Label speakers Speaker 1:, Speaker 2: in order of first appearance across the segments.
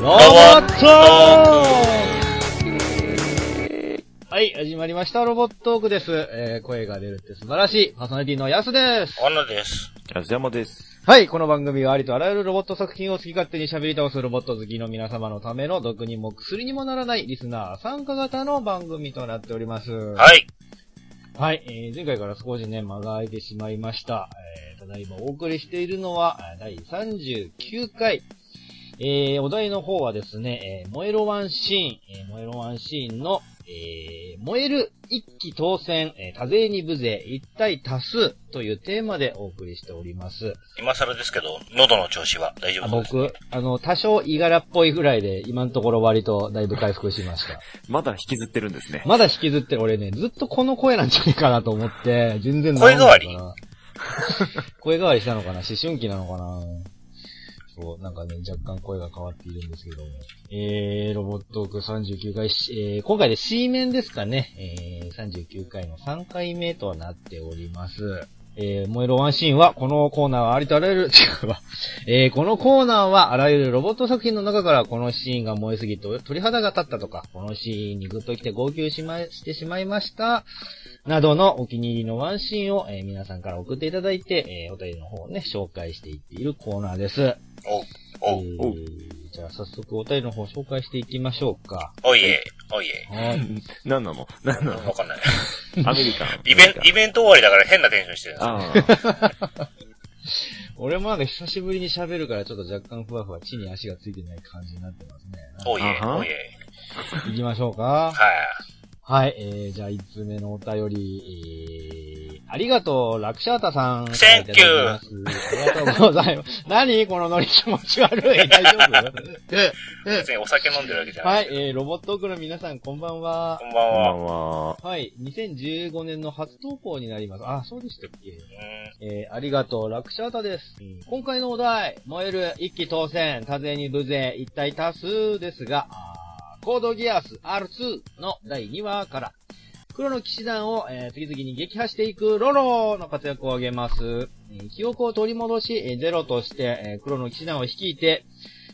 Speaker 1: ロボットはい、始まりました、ロボットトークです。えー、声が出るって素晴らしい、パーソナリティのヤスです。
Speaker 2: 女です。
Speaker 3: 安山です。
Speaker 1: はい、この番組はありとあらゆるロボット作品を好き勝手に喋り倒すロボット好きの皆様のための毒にも薬にもならないリスナー参加型の番組となっております。は
Speaker 2: はい。
Speaker 1: はい、えー前回から少しね、間が空いてしまいました。えーただいまお送りしているのは、えー第39回。えーお題の方はですね、えー燃えろワンシーン、えー燃えろワンシーンの、えー燃える一気当選、えー多勢に無勢、一体多数というテーマでお送りしております。
Speaker 2: 今更ですけど、喉の調子は大丈
Speaker 1: あ
Speaker 2: 夫そうです。
Speaker 1: 僕、あの、多少いがらっぽいぐらいで、今のところ割とだいぶ回復しました。
Speaker 3: まだ引きずってるんですね。
Speaker 1: まだ引きずってる俺ね、ずっとこの声なんじゃないかなと思って、全然
Speaker 2: 声変わり
Speaker 1: 治んないから 声変わりしたのかな思春期なのかなそう、なんかね、若干声が変わっているんですけども。えー、ロボットオーク39回、しえー、今回で C 面ですかね。えー、39回の3回目となっております。えー、燃えろワンシーンは、このコーナーはありとあらゆる、 違うわ。えー、このコーナーは、あらゆるロボット作品の中から、このシーンが燃えすぎて鳥肌が立ったとか、このシーンにグッときて号泣しま、してしまいました、などのお気に入りのワンシーンを、えー皆さんから送っていただいて、えーお便りの方をね、紹介していっているコーナーです。
Speaker 2: おう、
Speaker 1: え
Speaker 2: おう、
Speaker 3: お
Speaker 1: ー、
Speaker 3: う
Speaker 1: じゃあ早速お便りの方紹介していきましょうか。
Speaker 2: おいえ、おいえ。
Speaker 1: はい。
Speaker 3: 何なの何な
Speaker 2: わかんない。
Speaker 3: の アメリカン。
Speaker 2: イベン
Speaker 3: アメリカ
Speaker 2: ト、イベント終わりだから変なテンションしてるんですよ
Speaker 3: ああ。
Speaker 1: 俺もなんか久しぶりに喋るからちょっと若干ふわふわ地に足がついてない感じになってますね。
Speaker 2: おいえ、
Speaker 3: あは
Speaker 2: おいえ。
Speaker 1: 行きましょうか。
Speaker 2: はい。
Speaker 1: はい、えー、じゃあ5つ目のお便り、えー、ありがとう、ラクシャータさん。
Speaker 2: Thank you
Speaker 1: いただきますありがとうございます。何このノリ気持ち悪い。大丈
Speaker 2: 別にお酒飲んでるわけじゃ
Speaker 1: 夫
Speaker 2: ない。
Speaker 1: はい、えー、ロボットオークの皆さん、こんばんは
Speaker 2: こ。 んばん
Speaker 3: こんば
Speaker 2: は。
Speaker 3: んは。
Speaker 1: はい、2015年の初投稿になります。あ、そうでしたっけ
Speaker 2: うん
Speaker 1: えー、ありがとう、ラクシャータです。今回のお題、燃える一気当選、多勢に無勢、一体多数ですが、あーコードギアス R2 の第2話から、黒の騎士団を、えー次々に撃破していくロロの活躍を挙げます。えー記憶を取り戻し、えーゼロとして、えー黒の騎士団を率いて、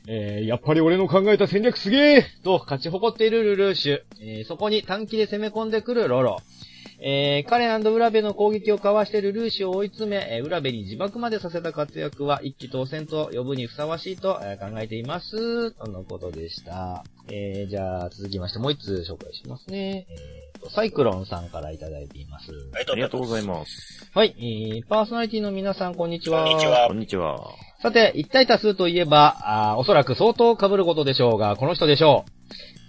Speaker 1: えーやっぱり俺の考えた戦略すげえと勝ち誇っているルルーシュ。えーそこに短期で攻め込んでくるロロ。えー、カレン浦部の攻撃をかわしてルルーシュを追い詰め、えー、浦部に自爆までさせた活躍は一気当選と呼ぶにふさわしいと、えー考えています。とのことでした。えー、じゃあ続きましてもう一通紹介しますね。えーと、サイクロンさんからいただいています。
Speaker 2: あり
Speaker 3: ありがとうござ
Speaker 2: ま
Speaker 3: います。
Speaker 1: はい、えー、パーソナリティの皆さんこんにちは。
Speaker 2: こんにちは
Speaker 3: こんにちは。
Speaker 1: さて、一体多数といえば、あーおそらく相当被ることでしょうが、この人でしょう。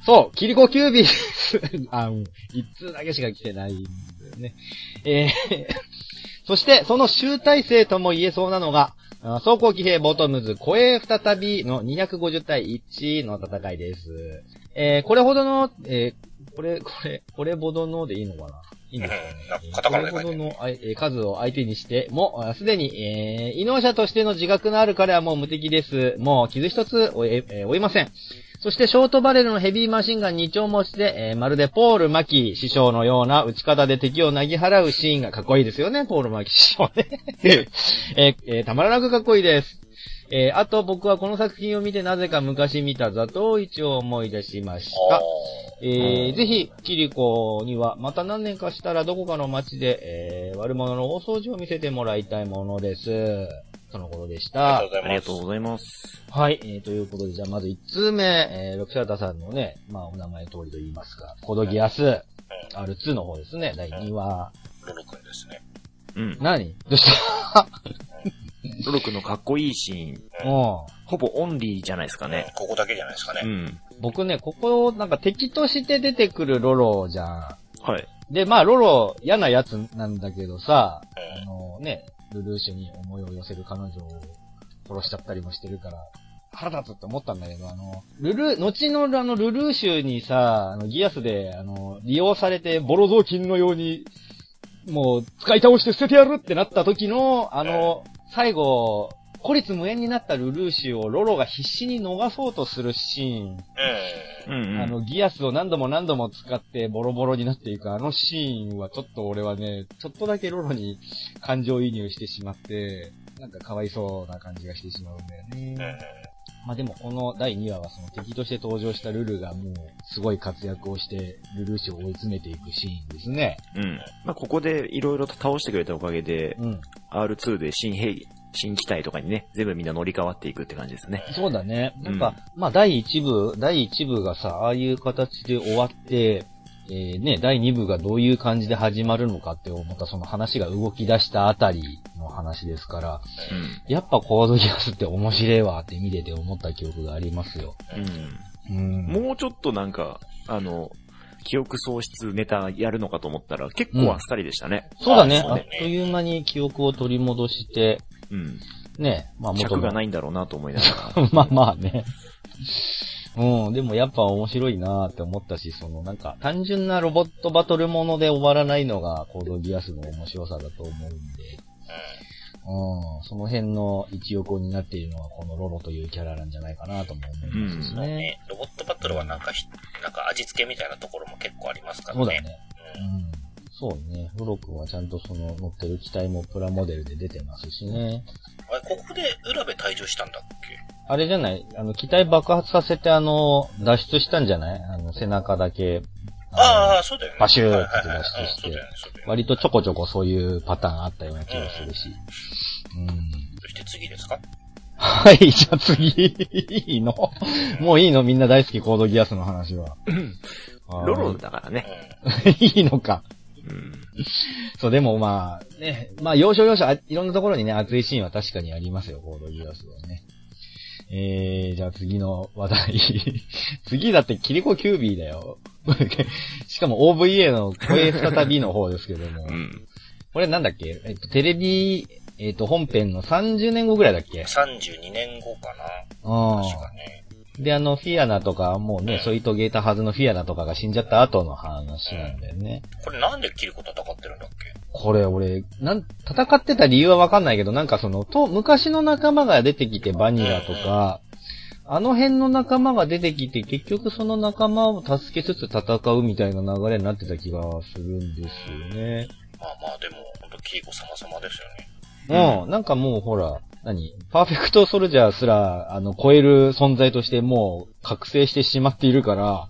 Speaker 1: そう、キリコキュービス。 あ、うん、一通だけしか来てないんだよね。えー そして、その集大成とも言えそうなのが、あ装甲騎兵ボトムズ、護衛再びの250対1の戦いです。えーこれほどの、えーこれ、これ、これほどのでいいのかないいんですかね
Speaker 2: うんなんかカタカナで書いて
Speaker 1: これ
Speaker 2: ある
Speaker 1: ほどのあいえー数を相手にしても、あすでに、えー、異能者としての自覚のある彼はもう無敵です。もう傷一つ負ええー負いません。そして、ショートバレルのヘビーマシンガン2丁持ちで、えーまるでポール・マキ師匠のような打ち方で敵をなぎ払うシーンがかっこいいですよね、ポール・マキ師匠ね。 えーえーたまらなくかっこいいです。えーあと僕はこの作品を見てなぜか昔見たザトウイチを思い出しまし
Speaker 2: す。お
Speaker 1: た
Speaker 2: ー。
Speaker 1: え
Speaker 3: う
Speaker 1: ー、
Speaker 3: ん
Speaker 1: ぜひ、キリコには、また何年かしたらどこかの街で、えー、悪者の大掃除を見せてもらいたいものです。とのことでし
Speaker 2: あ
Speaker 1: た
Speaker 2: り。がとう
Speaker 3: ありがと
Speaker 2: ご
Speaker 3: うございます。
Speaker 1: はい、えー、ということで、じゃあまず1通目、えー、ロクシャータさんのね、まあお名前通りと言いますか、コドギアス、R2 の方ですね、第2話。
Speaker 2: ざいます。ルル君ですね。
Speaker 3: うん。
Speaker 1: 何どうした
Speaker 3: ロロクのかっこいいシーン、
Speaker 2: うん
Speaker 1: も
Speaker 3: ほぼオンリーじゃないですか
Speaker 2: う
Speaker 3: ね
Speaker 2: ん。ここだけじゃないですか
Speaker 3: う
Speaker 2: ね。
Speaker 3: ん。
Speaker 1: うん、僕ね、ここ、なんか敵として出てくるロロじゃ
Speaker 3: はい。
Speaker 1: ん。で、まあロロ嫌なやつなんだけどさ、
Speaker 2: うん
Speaker 1: あのね、ルルーシュに思いを寄せる彼女を殺しちゃったりもしてるから、腹立つって思ったんだけど、あの、ルル、後のあの、ルルーシュにさ、あの、ギアスで、あの、利用されて、ボロ雑巾のように、もう、使い倒して捨ててやるってなった時の、あの、最後、孤立無縁になったルルーシュをロロが必死に逃そうとするシーン、
Speaker 2: う。
Speaker 3: うんん、うん。
Speaker 1: あの、ギアスを何度も何度も使ってボロボロになっていくあのシーンはちょっと俺はね、ちょっとだけロロに感情移入してしまって、なんかかわいそうな感じがしてしまうんだよ
Speaker 2: うん。
Speaker 1: ね。まあでもこの第2話はその敵として登場したルルがもうすごい活躍をしてルルーシュを追い詰めていくシーンですね。
Speaker 3: うん。まあ、ここでいろいろと倒してくれたおかげで、
Speaker 1: うん。
Speaker 3: R2 で新兵器、新機体とかにね、全部みんな乗り換わっていくって感じですね。
Speaker 1: そうだね。なんか、まあ第1部、第1部がさ、ああいう形で終わって、えー、ね、第2部がどういう感じで始まるのかって、またその話が動き出したあたりの話ですから、やっぱコードギアスって面白いわって見てて思った記憶がありますよ。
Speaker 3: うん。
Speaker 1: うん。
Speaker 3: うん。もうちょっとなんか、あの、記憶喪失ネタやるのかと思ったら、結構あっさりでしたね。
Speaker 1: そうだね。
Speaker 2: そう
Speaker 1: あ
Speaker 2: だ
Speaker 1: っ
Speaker 2: ね
Speaker 1: という間に記憶を取り戻して、
Speaker 3: うん。
Speaker 1: ね、まあ元
Speaker 3: 尺
Speaker 1: の
Speaker 3: がないんだろうなと思いながら。
Speaker 1: まあまあね。うん、でもやっぱ面白いなーって思ったし、そのなんか単純なロボットバトルもので終わらないのがコードギアスの面白さだと思うんで、うん、その辺の一横になっているのはこのロロというキャラなんじゃないかなとも思いますし
Speaker 2: うん。
Speaker 1: ね。
Speaker 2: ね、ロボットバトルはなんかひ、なんか味付けみたいなところも結構ありますからね。
Speaker 1: そうだね。うん。そうね。ロロ君はちゃんとその乗ってる機体もプラモデルで出てますしね。
Speaker 2: うん。あれ、ここで浦部退場したんだっけ
Speaker 1: あれじゃないあの、機体爆発させてあの、脱出したんじゃないあの、背中だけ。
Speaker 2: ああ、そうだよね。
Speaker 1: バシューって
Speaker 2: はいはいはい
Speaker 1: 脱出して
Speaker 2: うんそうだよね、そうだよね。
Speaker 1: 割とちょこちょこそういうパターンあったような気がするし。うん。
Speaker 2: そして次ですか
Speaker 1: はい、 じゃあ次、いいのもういいのみんな大好きコードギアスの話は。あー
Speaker 3: ロロだからね。
Speaker 2: う
Speaker 1: いいのか。
Speaker 3: うん。
Speaker 1: そう、でもまあ、ね、まあ要所要所、あいろんなところにね、熱いシーンは確かにありますよ、コードギアスはね。えー、じゃあ次の話題。 次だってキリコキュービーだよ。 しかも OVA の声再びの方ですけども。
Speaker 3: うん。
Speaker 1: これなんだっけえっと、テレビ、えっと、本編の30年後ぐらいだっけ
Speaker 2: ん。32年後かな確か
Speaker 1: う
Speaker 2: ね。
Speaker 1: ん。で、あの、フィアナとか、もうね、添い遂げたはずのフィアナとかが死んじゃった後の話なんだよね。
Speaker 2: これなんでキリコ戦ってるんだっけ
Speaker 1: これ、俺、なん、戦ってた理由はわかんないけど、なんかその、と、昔の仲間が出てきて、バニラとか、あの辺の仲間が出てきて、結局その仲間を助けつつ戦うみたいな流れになってた気がするんですよね。
Speaker 2: まあまあ、でも、ほんとキリコ様々ですよね。
Speaker 1: うん、なんかもうほら、何パーフェクトソルジャーすら、あの、超える存在としてもう覚醒してしまっているから、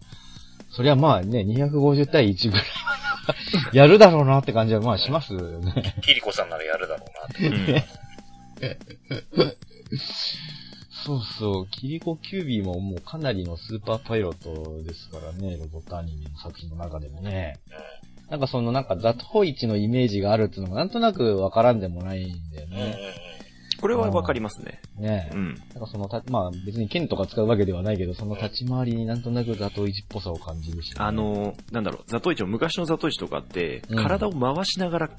Speaker 1: そりゃまあね、250対1ぐらいは やるだろうなって感じはまあしますよね。
Speaker 2: キリコさんならやるだろうなって。
Speaker 3: うん
Speaker 1: そうそう、キリコキュービーももうかなりのスーパーパイロットですからね、ロボットアニメの作品の中でもね。なんかそのなんかザトウイチのイメージがあるっていうのがなんとなくわからんでもないんだよ
Speaker 2: うん。うんうん
Speaker 1: ね。
Speaker 2: うん。
Speaker 3: これはわかりますね。
Speaker 1: ねえ
Speaker 3: う
Speaker 1: な
Speaker 3: ん。
Speaker 1: んかそのた、まあ別に剣とか使うわけではないけど、その立ち回りになんとなくザトウイチっぽさを感じるし、
Speaker 3: あ、の、なんだろう、ザトイチも昔のザトイチとかって、
Speaker 1: うん
Speaker 3: 体を回しながら、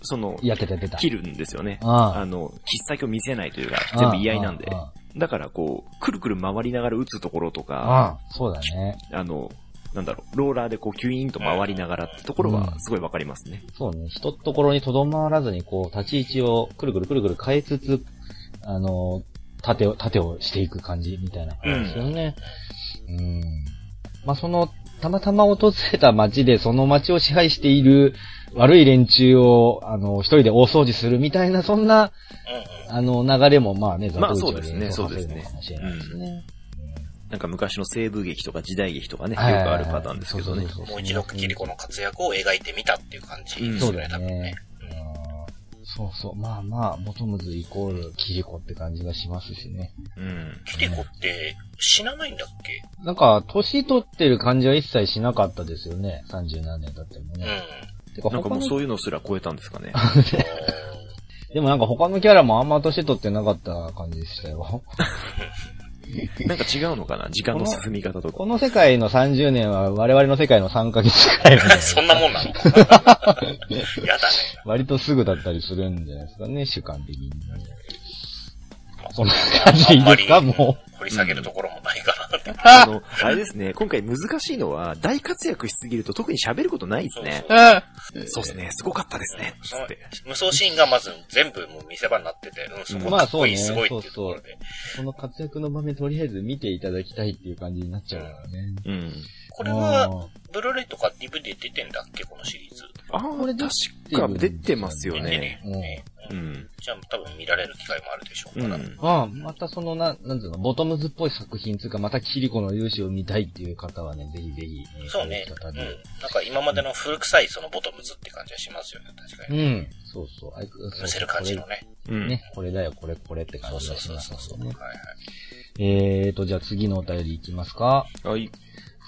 Speaker 3: その、
Speaker 1: いや、出た出た。
Speaker 3: 切るんですよね。
Speaker 1: あ
Speaker 3: あの、切っ先を見せないというか、
Speaker 1: あ。
Speaker 3: 全部居合なんで
Speaker 1: あ。あ
Speaker 3: だからこう、くるくる回りながら打つところと
Speaker 1: あ
Speaker 3: か、
Speaker 1: ああ、そうだね。
Speaker 3: あの、なんだろう、ローラーでこう、キュイーンと回りながらってところ
Speaker 1: う
Speaker 3: は
Speaker 1: ん
Speaker 3: すごいわかりますね。
Speaker 1: そうね。人ところにとどまらずに、こう、立ち位置をくるくるくるくる変えつつ、あの、盾を、盾をしていく感じみたいな感じですよね。うん。まあその、たまたま訪れた街で、その街を支配している悪い連中を、あの、一人で大掃除するみたいな、そんな、あの、流れもまあね、
Speaker 3: まあ
Speaker 1: ザトウイチ
Speaker 3: そうですね
Speaker 1: を連想させる
Speaker 3: そうで
Speaker 1: の
Speaker 3: すね
Speaker 1: かもしれないですね。
Speaker 3: なんか昔の西部劇とか時代劇とかね、よく
Speaker 1: はい
Speaker 3: あるパターンですけどね。
Speaker 1: そうそうそう
Speaker 2: もう一度キリコの活躍を描いてみたっていう感じです
Speaker 1: そう
Speaker 2: よ
Speaker 1: だ
Speaker 2: ね、多
Speaker 1: よ
Speaker 2: 分
Speaker 1: ね
Speaker 2: ね。。
Speaker 1: うんそうそう。まあまあ、ボトムズイコールキリコって感じがしますしね。
Speaker 3: うん。
Speaker 2: キリコって死なないんだっけ
Speaker 1: なんか、年取ってる感じは一切しなかったですよね。30何年経っても
Speaker 2: うん。
Speaker 1: ね。てか
Speaker 3: なんか
Speaker 1: 他
Speaker 3: もうそ
Speaker 1: の、
Speaker 3: ういうのすら超えたんです かね。
Speaker 1: でもなんか他のキャラもあんま年取ってなかった感じでしたよ。
Speaker 3: なんか違うのかな時間の進み方とか
Speaker 1: こ。の世界の30年は我々の世界の3ヶ月くらいなんで
Speaker 2: そんなもんなの やだね。
Speaker 1: 割とすぐだったりするんじゃないですかね、主観的に。
Speaker 2: まあ
Speaker 1: こんな感じでいいですか
Speaker 2: あんまり
Speaker 1: も
Speaker 2: 掘り下げるところもないかなって。
Speaker 3: あの、あれですね、今回難しいのは、大活躍しすぎると特に喋ることないですね。そうですね、すごかったですね。つ
Speaker 2: その
Speaker 3: って。
Speaker 2: 無双シーンがまず全部もう見せ場になってて、うん、そこ
Speaker 1: まあ
Speaker 2: かっこいい、
Speaker 1: そ
Speaker 2: す
Speaker 1: うね
Speaker 2: ごいっていうところで。
Speaker 1: う、この活躍の場面とりあえず見ていただきたいっていう感じになっちゃうからね。
Speaker 3: うん。
Speaker 2: これは、ブルーレイとか DVD 出てんだっけこのシリーズ。
Speaker 3: ああ、
Speaker 1: これで
Speaker 3: 確か出てますよね。
Speaker 1: うん
Speaker 3: うん。
Speaker 2: じゃあ多分見られる機会もあるでしょう
Speaker 3: う
Speaker 2: から。
Speaker 3: ん。
Speaker 1: ああ、またその、な、なんつうの、ボトムズっぽい作品つうか、またキリコの勇姿を見たいっていう方はね、ぜひぜひ。えー
Speaker 2: そうね。
Speaker 1: こ
Speaker 2: う
Speaker 1: い
Speaker 2: ん。
Speaker 1: 方で
Speaker 2: なんか今までの古臭いそのボトムズって感じはしますよね。確か
Speaker 1: う
Speaker 2: に。
Speaker 1: ん。そうそう。あい
Speaker 2: むせる感じの。ね。
Speaker 3: う
Speaker 1: これ
Speaker 3: ん。
Speaker 1: ね、これだよ、これ、これって
Speaker 2: そ
Speaker 1: 感
Speaker 2: う
Speaker 1: じ
Speaker 2: そう
Speaker 1: がし
Speaker 2: そう
Speaker 1: ます
Speaker 2: そうそう。
Speaker 1: ね。
Speaker 2: はいはい。
Speaker 1: えーと、じゃあ次のお便りいきますか。
Speaker 3: はい。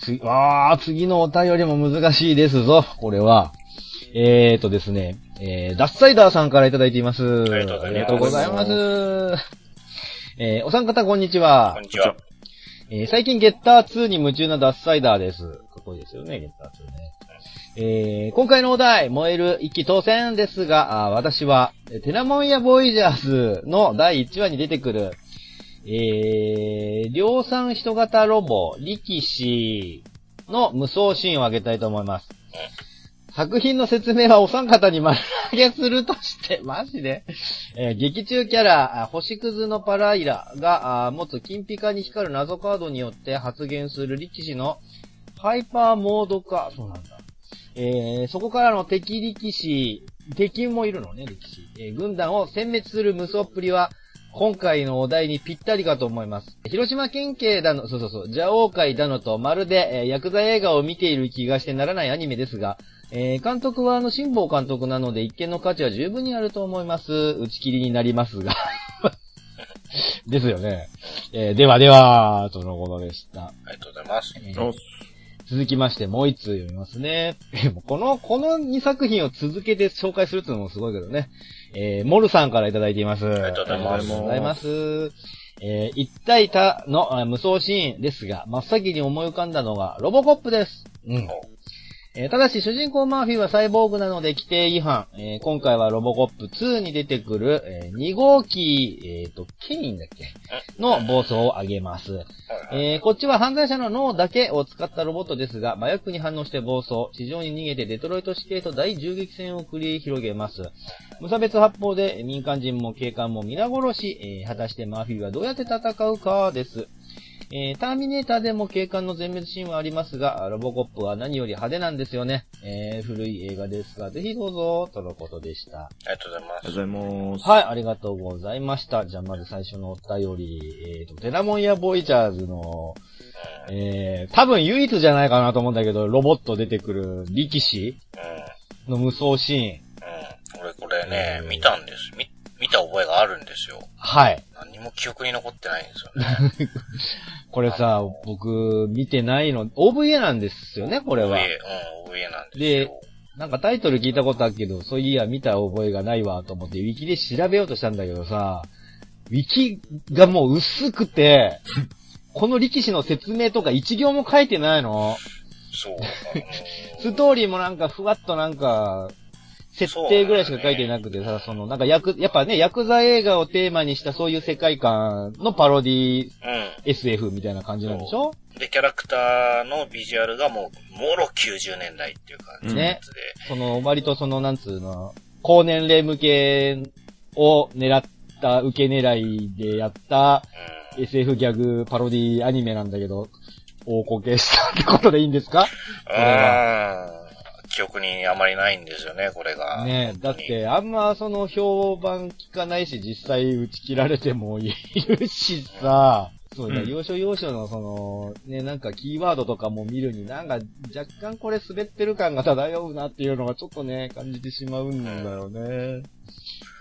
Speaker 1: つ、あー、次のお便りも難しいですぞ、これは。えーとですね、えー、ダッサイダーさんからいただいています。あ
Speaker 2: りがとうございます
Speaker 1: りがとうございます。えー、お三方こんにちは
Speaker 2: こん。にちは。
Speaker 1: えー最近ゲッター2に夢中なダッサイダーです。かっこいいですよね、ゲッター2ね。えー今回のお題、燃える一気当選ですが、あー私は、えーテナモンやボイジャーズの第1話に出てくる、えー、量産人型ロボ、力士の無双シーンを挙げたいと思います。作品の説明はお三方に丸投げするとして、マジでえー劇中キャラ、あ星屑のパライラがあ持つ金ピカに光る謎カードによって発現する力士のハイパーモード化。そうなんだ。えーそこからの敵力士、敵もいるのね、力士。えー軍団を殲滅する無双っぷりは、今回のお題にぴったりかと思います。広島県警だの、そうそうそう、蛇王会だのと、まるで、えーヤクザ映画を見ている気がしてならないアニメですが、えー監督はあの、辛坊監督なので、一見の価値は十分にあると思います。打ち切りになりますが。 ですよね。えーではでは、とのことでした。
Speaker 2: ありがとうございます。
Speaker 1: えー
Speaker 3: お
Speaker 1: 続きまして、もう一通読みますね。えもうこの、この2作品を続けて紹介するっていうのもすごいけどね。えーモルさんからいただいています。あり
Speaker 2: がとうございます
Speaker 1: ありがとうございます。えー一体他のあ無双シーンですが、真っ先に思い浮かんだのが、ロボコップです。うん。えーただし、主人公マーフィーはサイボーグなので規定違反。えー今回はロボコップ2に出てくる、え2号機、えっ、と、ケインだっけの暴走を挙げます。
Speaker 2: はいはい。
Speaker 1: えーこっちは犯罪者の脳だけを使ったロボットですが、麻薬に反応して暴走、地上に逃げてデトロイト死刑と大銃撃戦を繰り広げます。無差別発砲で民間人も警官も皆殺し、えー果たしてマーフィーはどうやって戦うかです。えーターミネーターでも警官の全滅シーンはありますが、ロボコップは何より派手なんですよね。えー古い映画ですが、ぜひどうぞ、とのことでした。
Speaker 2: ありがとうございま
Speaker 3: ありがとうございます。
Speaker 1: はい、ありがとうございました。じゃあ、まず最初のお便り、えっ、と、テラモンやボイジャーズの、えー、多分唯一じゃないかなと思うんだけど、ロボット出てくる力士
Speaker 2: す。
Speaker 1: の無双シーン。
Speaker 2: うん。うん。俺これね、見たんです。み見た覚えがあるんですよ。
Speaker 1: はい。
Speaker 2: 何も記憶に残ってないんですよね。
Speaker 1: これさ、僕、見てないの、OVA なんですよね、これは。
Speaker 2: OVA うん、OVA なんですよ。
Speaker 1: なんかタイトル聞いたことあるけど、そういや、見た覚えがないわ、と思って、ウィキで調べようとしたんだけどさ、ウィキがもう薄く て、この力士の説明とか一行も書いてないの。
Speaker 2: そう。
Speaker 1: ストーリーもなんかふわっとなんか、設定ぐらいしか書いてなくてさ、その、なんかやく、やっぱね、ヤクザ映画をテーマにしたそういう世界観のパロディ
Speaker 2: あのーうん。
Speaker 1: SF みたいな感じなんでしょ
Speaker 2: で、キャラクターのビジュアルがもう、もろ90年代っていう感じのやつで、
Speaker 1: その、割とその、なんつうの、高年齢向けを狙った、受け狙いでやった
Speaker 2: うん。
Speaker 1: SF ギャグパロディアニメなんだけど、大こけしたってことでいいんですかれ
Speaker 2: うん。記憶にあまりないんですよね、これが。
Speaker 1: ねえ、だっ
Speaker 2: 本当に。
Speaker 1: て、あんまその評判聞かないし、実際打ち切られてもいるしさ、そうだ、
Speaker 3: うん
Speaker 1: 要所要所のその、ね、なんかキーワードとかも見るに、なんか若干これ滑ってる感が漂うなっていうのがちょっとね、感じてしまうんだよね。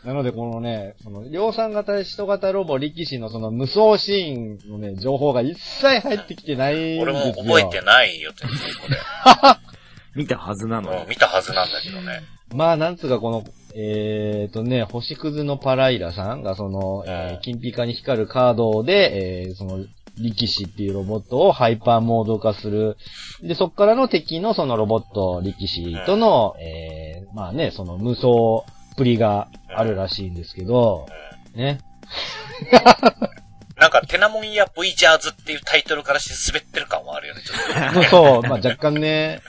Speaker 1: なのでこのね、その、量産型、人型ロボ、力士のその無双シーンのね、情報が一切入ってきてないんですよ。
Speaker 2: 俺も覚えてないよ、全然これ。
Speaker 3: 見たはずなの
Speaker 2: もう見たはずなんだけどね。
Speaker 1: まあ、なんつうかこの、えーとね、星屑のパライラさんがその、えー金ピカに光るカードで、えーその、力士っていうロボットをハイパーモード化する。で、そっからの敵のそのロボット、力士との、えーまあね、その無双っぷりがあるらしいんですけど、ね。
Speaker 2: なんか、テナモンや V ジャーズっていうタイトルからして滑ってる感はあるよね、ちょっと。
Speaker 1: そう、まあ若干ね、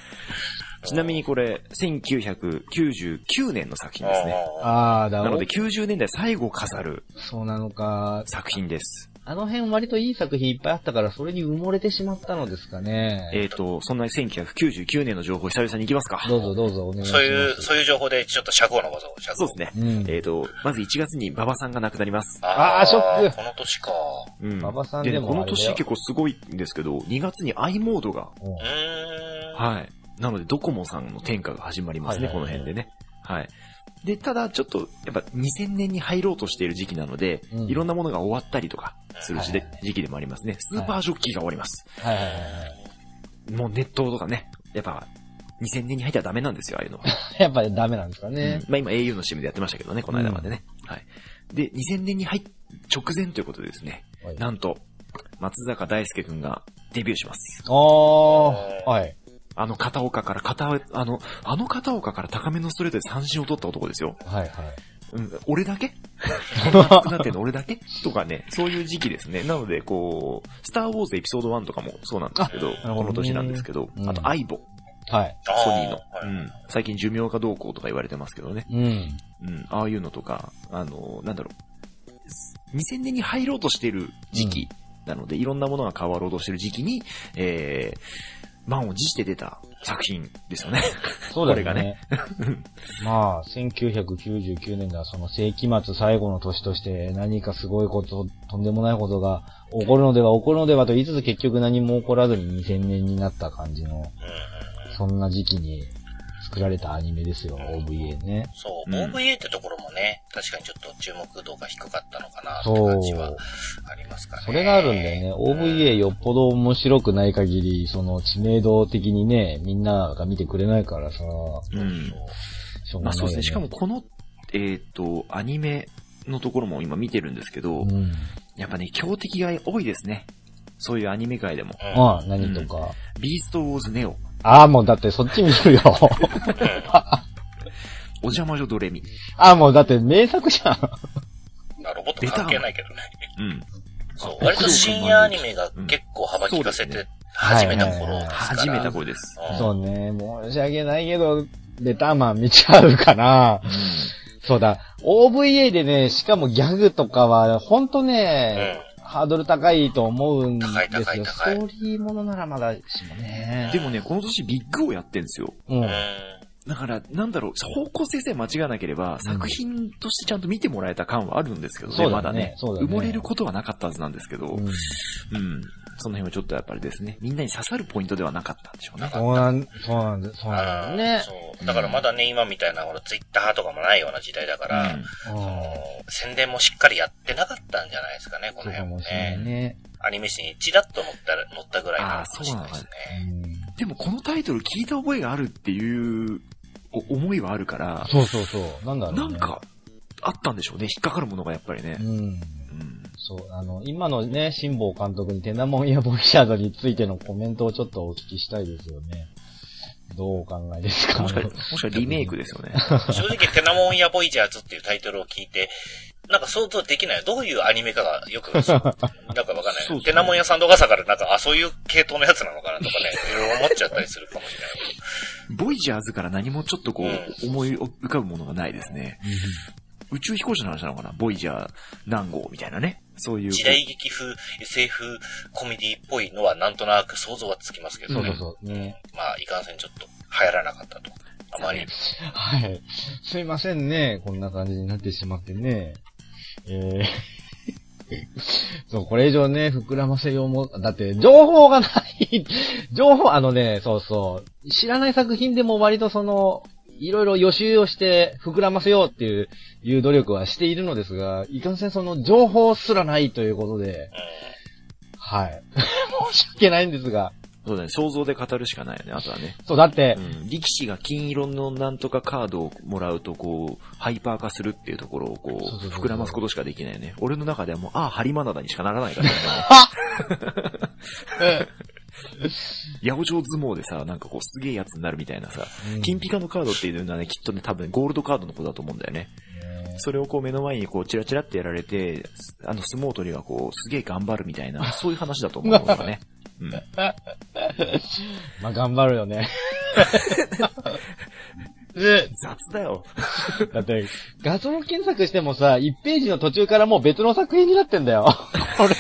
Speaker 3: ちなみにこれ、1999年の作品ですね。
Speaker 2: あ
Speaker 1: あー、だ
Speaker 3: なので90年代最後を飾る
Speaker 1: そうなのか、
Speaker 3: 作品です。
Speaker 1: あの辺割といい作品いっぱいあったから、それに埋もれてしまったのですかね。
Speaker 3: えっ、と、そんな1999年の情報久々に行きますか。
Speaker 1: どうぞどうぞお願いします。
Speaker 2: そういう、そういう情報でちょっと尺を伸ばそう、尺
Speaker 3: そ
Speaker 2: を
Speaker 3: うですね。
Speaker 1: うん。
Speaker 3: えっ、と、まず1月に馬場さんが亡くなります。
Speaker 1: あーショック
Speaker 2: この年か。
Speaker 3: うん。
Speaker 1: 馬場さんでも
Speaker 3: こ
Speaker 1: あ
Speaker 3: の
Speaker 1: れだよ
Speaker 3: 年結構すごいんですけど、2月に i モードが、
Speaker 1: うん
Speaker 2: うーん。
Speaker 3: はい。なので、ドコモさんの天下が始まりますね、
Speaker 1: はい
Speaker 3: こ
Speaker 1: はい
Speaker 3: の
Speaker 1: はい
Speaker 3: 辺でね。はい。で、ただ、ちょっと、やっぱ2000年に入ろうとしている時期なので、
Speaker 1: うん
Speaker 3: いろんなものが終わったりとかする時で
Speaker 1: はいは
Speaker 3: 時期でもありますね。スーパージョッキーが終わります。
Speaker 1: はいはいはいはい。
Speaker 3: もうネットとかね、やっぱ、2000年に入ったらダメなんですよ、ああいうのは。
Speaker 1: やっぱりダメなんですかね。
Speaker 3: うんまあ今 au の CM でやってましたけどね、この間までね。はい。で、2000年に入っ、直前ということでですね、
Speaker 1: はい
Speaker 3: なんと、松坂大輔くんがデビューします。
Speaker 1: あー、はい。
Speaker 3: あの片岡から、片、あの、あの片岡から高めのストレートで三振を取った男ですよ。
Speaker 1: はいはい。
Speaker 3: うん、俺だけ熱くなってんの俺だけとかね、そういう時期ですね。なので、こう、スターウォーズエピソード1とかもそうなんですけど、
Speaker 1: なるほどね
Speaker 3: この年なんですけど、
Speaker 1: うん
Speaker 3: あと、アイボ、
Speaker 1: はい。
Speaker 2: あ
Speaker 3: ソニーの、
Speaker 2: は
Speaker 3: う
Speaker 2: い
Speaker 3: ん、最近寿命がどうこうとか言われてますけどね。
Speaker 1: うん。
Speaker 3: うん、ああいうのとか、あの、なんだろう、2000年に入ろうとしてる時期なので、いろんなものが変わろうとしてる時期に、えー、満を持して出た作品ですよね。
Speaker 1: そうだ
Speaker 3: これが
Speaker 1: よね。まあ、1999年がその世紀末最後の年として何かすごいこと、とんでもないことが起こるのでは起こるのではと言いつつ結局何も起こらずに2000年になった感じの、
Speaker 2: うんうんうん
Speaker 1: そんな時期に作られたアニメですよ、OVA ね。
Speaker 2: そう、
Speaker 3: うん
Speaker 2: OVA ってところもね、確かにちょっと注目度が低かったのかなって
Speaker 1: そう
Speaker 2: 感じはありますかね。
Speaker 1: それがあるんだよね。OVA よっぽど面白くない限り、その知名度的にね、みんなが見てくれないからさ、
Speaker 3: うん。
Speaker 1: しょう
Speaker 3: ま
Speaker 1: が
Speaker 3: あ
Speaker 1: ないよね。
Speaker 3: そうですね。しかもこの、えっ、と、アニメのところも今見てるんですけど、
Speaker 1: うん。
Speaker 3: やっぱね、強敵が多いですね。そういうアニメ界でも。
Speaker 2: うん。
Speaker 1: まあ、何とか。
Speaker 3: ビーストウォーズネオ、
Speaker 1: ああ、もうだってそっち見るよ。
Speaker 3: お邪魔女ドレミ。
Speaker 1: ああ、もうだって名作じゃん。
Speaker 2: まあロボット関係ないけどね。
Speaker 3: うん。
Speaker 2: そう、割と深夜アニメが結構幅利かせ
Speaker 3: うんそ
Speaker 2: て
Speaker 3: うで
Speaker 2: 始めた頃
Speaker 1: はい
Speaker 2: ですから。
Speaker 3: 初めた頃です。
Speaker 2: うん
Speaker 1: そうね、申し訳ないけど、ベターマン見ちゃうかな。そうだ、OVA でね、しかもギャグとかは、ほんとね、ハードル高いと思うんです
Speaker 2: 高い高い
Speaker 1: よ。スト
Speaker 2: 高い
Speaker 1: ーリーものならまだしもね。
Speaker 3: でもね、この年ビッグをやってんですよ。
Speaker 1: うん。
Speaker 2: うん。うん。
Speaker 3: だから、なんだろう、方向性さえ間違わなければ、作品としてちゃんと見てもらえた感はあるんですけどね、
Speaker 1: そうだね
Speaker 3: まだね
Speaker 1: そうだね
Speaker 3: 埋もれることはなかったはずなんですけど、うん。
Speaker 1: うん
Speaker 3: その辺はちょっとやっぱりですね、みんなに刺さるポイントではなかったんでしょうね。
Speaker 1: そうなん、そうなんです、そう
Speaker 2: あ
Speaker 1: なん
Speaker 2: の
Speaker 1: ですね。
Speaker 2: そう。だからまだね、今みたいな、ほら、ツイッターとかもないような時代だから、
Speaker 3: うん
Speaker 1: うん
Speaker 2: その宣伝もしっかりやってなかったんじゃないですかね、こ
Speaker 1: そ
Speaker 2: の
Speaker 1: うか
Speaker 2: 辺も
Speaker 1: もしれない
Speaker 2: ね。
Speaker 1: ね。
Speaker 2: アニメ誌にチラッと載ったら、載ったぐらいなのかもしれないですね。
Speaker 1: うん
Speaker 3: でもこのタイトル聞いた覚えがあるっていうお思いはあるから、
Speaker 1: そうそうそう。なんだろうね。
Speaker 3: なんか、あったんでしょうね。引っかかるものがやっぱりね
Speaker 1: う。ん。
Speaker 3: うん。
Speaker 1: そう、あの、今のね、辛坊監督にテナモンやボイシャードについてのコメントをちょっとお聞きしたいですよね。どうお考えですか
Speaker 3: もしか、もしかリメイクですよ ね。
Speaker 2: 正直、テナモンやボイジャーズっていうタイトルを聞いて、なんか想像できない。どういうアニメかがよく、なんかわかん ない。
Speaker 3: そうそう
Speaker 2: テナモンやサンドガサからなんか、あ、そういう系統のやつなのかなとか ね、いろいろ思っちゃったりするかもしれない。
Speaker 3: ボイジャーズから何もちょっとこう、思い浮かぶものがないですね。宇宙飛行士の話なのかなボイジャー何号みたいなね。そういう。
Speaker 2: 時代劇風、SF コメディっぽいのはなんとなく想像はつきますけ
Speaker 1: そ
Speaker 2: ど
Speaker 1: うそ
Speaker 2: ね。
Speaker 1: うそう。ね。
Speaker 2: まあ、いかんせんちょっと流行らなかったと。あまり。
Speaker 1: はい。すいませんね。こんな感じになってしまってね。えー そう、これ以上ね、膨らませようも、だって、情報がない。 情報、あのね、そうそう。知らない作品でも割とその、いろいろ予習をして膨らませようっていう、いう努力はしているのですが、いかんせんその情報すらないということで、はい。 申し訳ないんですが。
Speaker 3: そうだね。想像で語るしかないよね。あとはね。
Speaker 1: そう、だって
Speaker 3: う、ん。力士が金色のなんとかカードをもらうと、こう、ハイパー化するっていうところを、こ
Speaker 1: そうそう
Speaker 3: う、
Speaker 1: そう
Speaker 3: 膨らますことしかできないよね。俺の中ではもう、ああ、ハリマナダにしかならないからね。 八百長相撲でさ、なんかこう、すげえやつになるみたいなさ、
Speaker 1: うん
Speaker 3: 金ピカのカードっていうのはね、きっとね、多分ゴールドカードのことだと思うんだよね。それをこう目の前にこう、チラチラってやられて、あの、相撲取りがこう、すげえ頑張るみた いな、そういう話だと思うんだよね。うん。
Speaker 1: まあ、頑張るよね。え
Speaker 3: 雑だよ。
Speaker 1: だって、画像検索してもさ、1ページの途中からもう別の作品になってんだ よ。これ、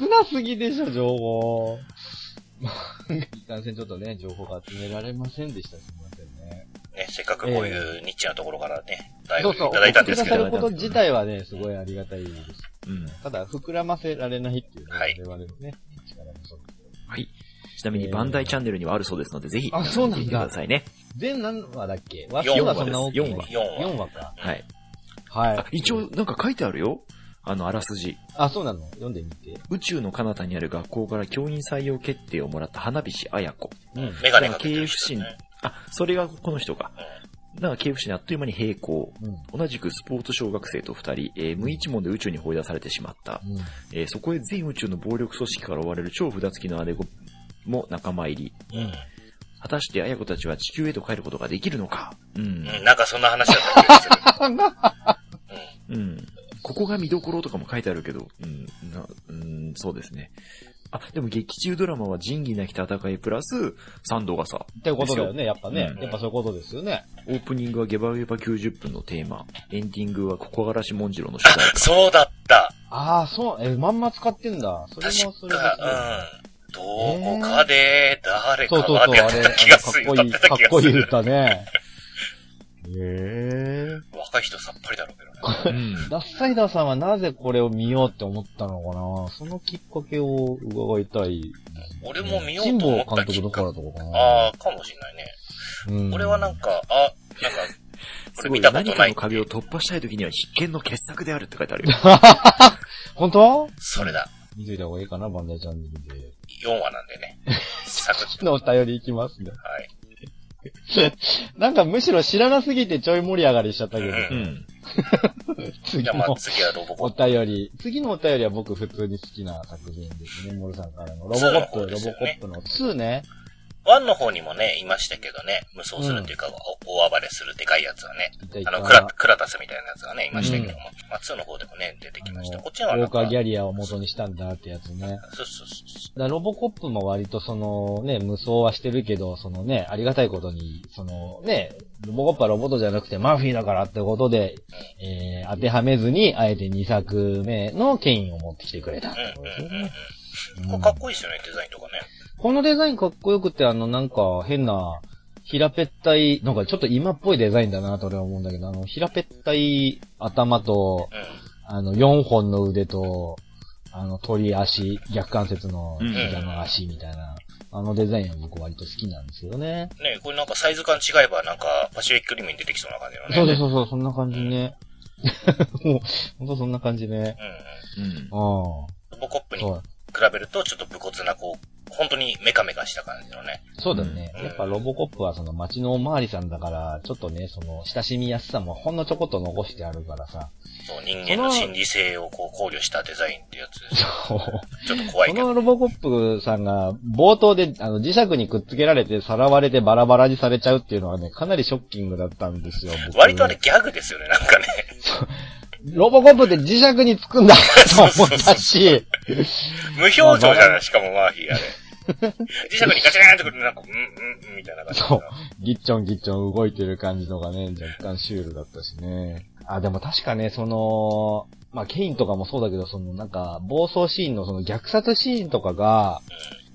Speaker 1: 少なすぎでしょ、情報。まあ、いかんせんちょっとね、情報が集められませんでした。すみませんね。
Speaker 2: ね、せっかくこういうニッチなところからね、だい
Speaker 1: そ
Speaker 2: ぶ
Speaker 1: う
Speaker 2: い
Speaker 1: そう、
Speaker 2: ただいたんですけ
Speaker 1: 送
Speaker 2: ど、
Speaker 1: ってくださること自体はね、すごいありがたいです。
Speaker 3: うん。
Speaker 1: ただ、膨らませられないっていうね、
Speaker 2: はい
Speaker 1: 我々のね、力もそう。
Speaker 3: はい。ちなみに、バンダイチャンネルにはあるそうですので、ぜひ、
Speaker 1: あそうなんだ
Speaker 3: 見てくださいね。
Speaker 1: 全何話だっけ話
Speaker 2: 四
Speaker 1: 数
Speaker 2: 話
Speaker 1: はそんな多くない
Speaker 3: です四話
Speaker 2: 四話
Speaker 1: 四話か。
Speaker 3: はい。
Speaker 1: はい
Speaker 3: あ。一応、、なんか書いてあるよ。あの、あらすじ。
Speaker 1: あ、そうなの読んでみて。
Speaker 3: 宇宙の彼方にある学校から教員採用決定をもらった花菱彩子。
Speaker 1: うん。
Speaker 2: メガネかけてる人
Speaker 3: だ
Speaker 2: ね
Speaker 3: か。あ、それがこの人か。だから、KFC にあっという間に並行。
Speaker 1: うん。
Speaker 3: 同じくスポーツ小学生と二人、えー無一文で宇宙に放り出されてしまった。
Speaker 1: うん。
Speaker 3: えーそこへ全宇宙の暴力組織から追われる超札付きの姉子も仲間入り。
Speaker 2: うん。
Speaker 3: 果たして彩子たちは地球へと帰ることができるのかうん。
Speaker 2: うん、なんかそんな話だった気がする。
Speaker 3: うん。ここが見どころとかも書いてあるけど、うん、なうん、そうですね。あ、でも劇中ドラマは仁義なき戦いプラス、サンドがさ、
Speaker 1: ってことだよね、やっぱね。
Speaker 3: うん
Speaker 1: やっぱそういうことですよね。
Speaker 3: オープニングはゲバゲバ90分のテーマ、エンディングはここがらしもんじろうの主題歌。
Speaker 2: そうだった。
Speaker 1: ああ、そう、え、まんま使ってんだ。それもそ
Speaker 2: 確
Speaker 1: れも
Speaker 2: か、うん。どこかで、誰
Speaker 1: そ
Speaker 2: か
Speaker 1: うそう
Speaker 2: が
Speaker 1: そう、
Speaker 2: ってや
Speaker 1: あ
Speaker 2: っ
Speaker 1: れ、
Speaker 2: て
Speaker 1: あ
Speaker 2: た
Speaker 1: の
Speaker 2: 気が
Speaker 1: かっ
Speaker 2: する。
Speaker 1: こ
Speaker 2: 歌っ
Speaker 1: いい、
Speaker 2: て
Speaker 1: か
Speaker 2: た気
Speaker 1: っこ
Speaker 2: が
Speaker 1: い
Speaker 2: す
Speaker 1: い
Speaker 2: る。
Speaker 1: 歌ね。ええ
Speaker 2: 若い人さっぱりだ ろうけどね。
Speaker 3: うん。
Speaker 1: ー。ダッサイダーさんはなぜこれを見ようって思ったのかなそのきっかけを伺いたい。
Speaker 2: 俺も見ようと思った
Speaker 1: 辛坊監
Speaker 2: き
Speaker 1: 督だ
Speaker 2: っか
Speaker 1: か
Speaker 2: け
Speaker 1: ら。とかかな
Speaker 2: ああ、かもしれないね。
Speaker 1: うん
Speaker 2: 俺はなんか、あ、なんか、こ
Speaker 3: す
Speaker 2: れ
Speaker 3: ご
Speaker 2: 見
Speaker 3: い、
Speaker 2: たこと
Speaker 3: 何
Speaker 2: な
Speaker 3: か
Speaker 2: い
Speaker 3: の。壁を突破したい時には必見の傑作であるって書いてあるよ。
Speaker 1: 本当
Speaker 2: それだ。
Speaker 1: 見といた方がいいかな、バンダイチャンネルで。
Speaker 2: 4話なんでね。サクッと。
Speaker 1: のお便りいきますね。
Speaker 2: はい。
Speaker 1: なんかむしろ知らなすぎてちょい盛り上がりしちゃったけど。
Speaker 2: う
Speaker 3: うん。
Speaker 1: 次
Speaker 2: じゃあま
Speaker 1: の
Speaker 2: あ次はロボコ
Speaker 1: お
Speaker 2: ップ。
Speaker 1: 便り。次のお便りは僕普通に好きな作品ですね。モルさんからの。ロボコ
Speaker 2: そう
Speaker 1: ッ
Speaker 2: そ
Speaker 1: プ、
Speaker 2: うで
Speaker 1: ロ
Speaker 2: す
Speaker 1: ボ
Speaker 2: よ
Speaker 1: コッ
Speaker 2: ね
Speaker 1: プの2ね。
Speaker 2: 1の方にもね、いましたけどね。無双するっていうか、お大暴れするでかいやつはね。
Speaker 1: いたい
Speaker 2: あ
Speaker 1: た。
Speaker 2: の、クラ、クラタスみたいなやつがね、いましたけども。まあ2の方でもね、出てきまし
Speaker 1: あ
Speaker 2: た。
Speaker 1: の
Speaker 2: こっちのは
Speaker 1: ウォ
Speaker 2: な
Speaker 1: ー
Speaker 2: ん
Speaker 1: カ
Speaker 2: か
Speaker 1: ーギャリアを元にしたんだってやつね。だか
Speaker 2: そうそうそ
Speaker 1: らロボコップも割とそのね、無双はしてるけど、そのね、ありがたいことに、そのね、ロボコップはロボットじゃなくてマーフィーだからってことで、えー、当てはめずに、あえて2作目の権威を持ってきてくれたっ
Speaker 2: う。うん
Speaker 1: てことですよ
Speaker 2: うんうんうん
Speaker 1: ね。。うん
Speaker 2: これかっこいいですよね、デザインとかね。
Speaker 1: このデザインかっこよくて、あの、なんか、変な、平べったい、なんかちょっと今っぽいデザインだなと俺は思うんだけど、あの、平べったい頭と、
Speaker 2: う
Speaker 1: あの、4本の腕と、あの、鳥足、逆関節の
Speaker 3: うん
Speaker 1: 膝の足みたいな、あのデザインは僕割と好きなんですよね。
Speaker 2: ん。ねこれなんかサイズ感違えばなんか、パシフィックリムに出てきそうな感じのね。。
Speaker 1: そうですす、そうそう、そんな感じね。 もう、ほんとそんな感じね。
Speaker 2: うんうん。
Speaker 3: うん
Speaker 1: う。ん。
Speaker 2: ロボコップに比
Speaker 1: そう
Speaker 2: べると、ちょっと武骨な、こう、本当にメカメカした感じのね。
Speaker 1: そうだね。
Speaker 2: うん
Speaker 1: やっぱロボコップはその街のおまわりさんだから、ちょっとね、その、親しみやすさもほんのちょこっと残してあるからさ。
Speaker 2: そう、人間の心理性をこう考慮したデザインってやつ。
Speaker 1: そう。
Speaker 2: ちょっと怖 い
Speaker 1: こ
Speaker 2: けど。
Speaker 1: のロボコップさんが、冒頭で、あの、磁石にくっつけられて、さらわれてバラバラにされちゃうっていうのはね、かなりショッキングだったんですよ。僕
Speaker 2: 割とあれ、ギャグですよね、なん かね。
Speaker 1: ロボコップって磁石につくんだと思ったし、
Speaker 2: 無表情じゃない、しかもマーフィーあれ。磁石にガチャーンってくるなんか、うん、うん、みたいな感じ。
Speaker 1: そう。 ギッチョンギッチョン動いてる感じとかね、若干シュールだったしね。あ、でも確かね、その、まあ、ケインとかもそうだけど、そのなんか、暴走シーンのその虐殺シーンとかが、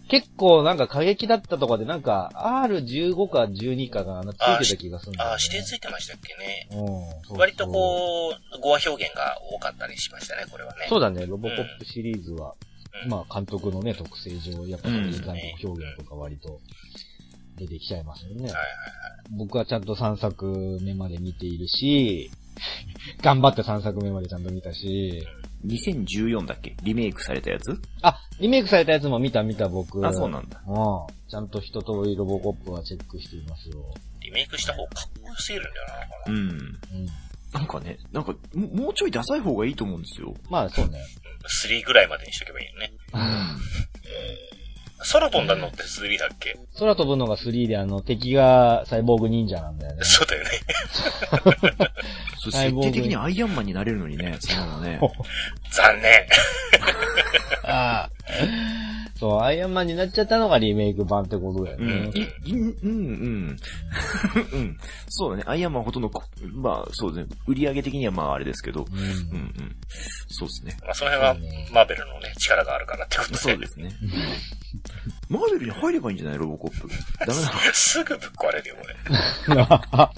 Speaker 1: 結構なんか過激だったとかで、なんか、R15 か12かがあのついてた気がするんだよ、ね。
Speaker 2: ああ、指定ついてましたっけね。
Speaker 1: うんそうそう
Speaker 2: 割とこう、語話表現が多かったりしましたね、これはね。
Speaker 1: そうだね、ロボコップシリーズは、
Speaker 2: うん
Speaker 1: まあ監督のね、特性上、やっぱりデザインと表現とか割と出てきちゃいますよね。
Speaker 2: はいはい
Speaker 1: 僕はちゃんと3作目まで見ている し、頑張って3作目までちゃんと見たし、
Speaker 3: 2014だっけリメイクされたやつ
Speaker 1: あ、リメイクされたやつも見た見た僕。
Speaker 3: あ、そうなんだ。
Speaker 1: うん。ちゃんと一通りロボコップはチェックしていますよ。
Speaker 2: リメイクした方かっこよすぎるんだよな、こ
Speaker 3: うん。
Speaker 1: うん。
Speaker 3: なんかね、なんか、ももうちょいダサい方がいいと思うんですよ。
Speaker 1: まあそうね。
Speaker 2: の3ぐらいまでにしとけばいいよね。空飛んだのって3だっけ、
Speaker 1: 空飛ぶのが3であの敵がサイボーグ忍者なんだよね。
Speaker 2: そうだよね。
Speaker 3: そう
Speaker 1: だい
Speaker 3: 設
Speaker 1: ぶ
Speaker 3: 定的にアイアンマンになれるのにね、そんなのね。
Speaker 2: 残念。
Speaker 1: ああ。 そう、アイアンマンになっちゃったのがリメイク版ってことだよ
Speaker 3: うん
Speaker 1: ね。、
Speaker 3: い、い、うん、 うん。うん。そうだね。アイアンマンほとんどこ、まあ、そうですね。売り上げ的にはまああれですけど。
Speaker 1: うん。
Speaker 3: うん、うん。そうですね。
Speaker 2: まあ、その辺は、マーベルのね、力があるからってことで。
Speaker 3: そうですね。マーベルに入ればいいんじゃないロボコップ。ダ メなの
Speaker 2: すぐぶっ壊れるよ、これ。
Speaker 1: あ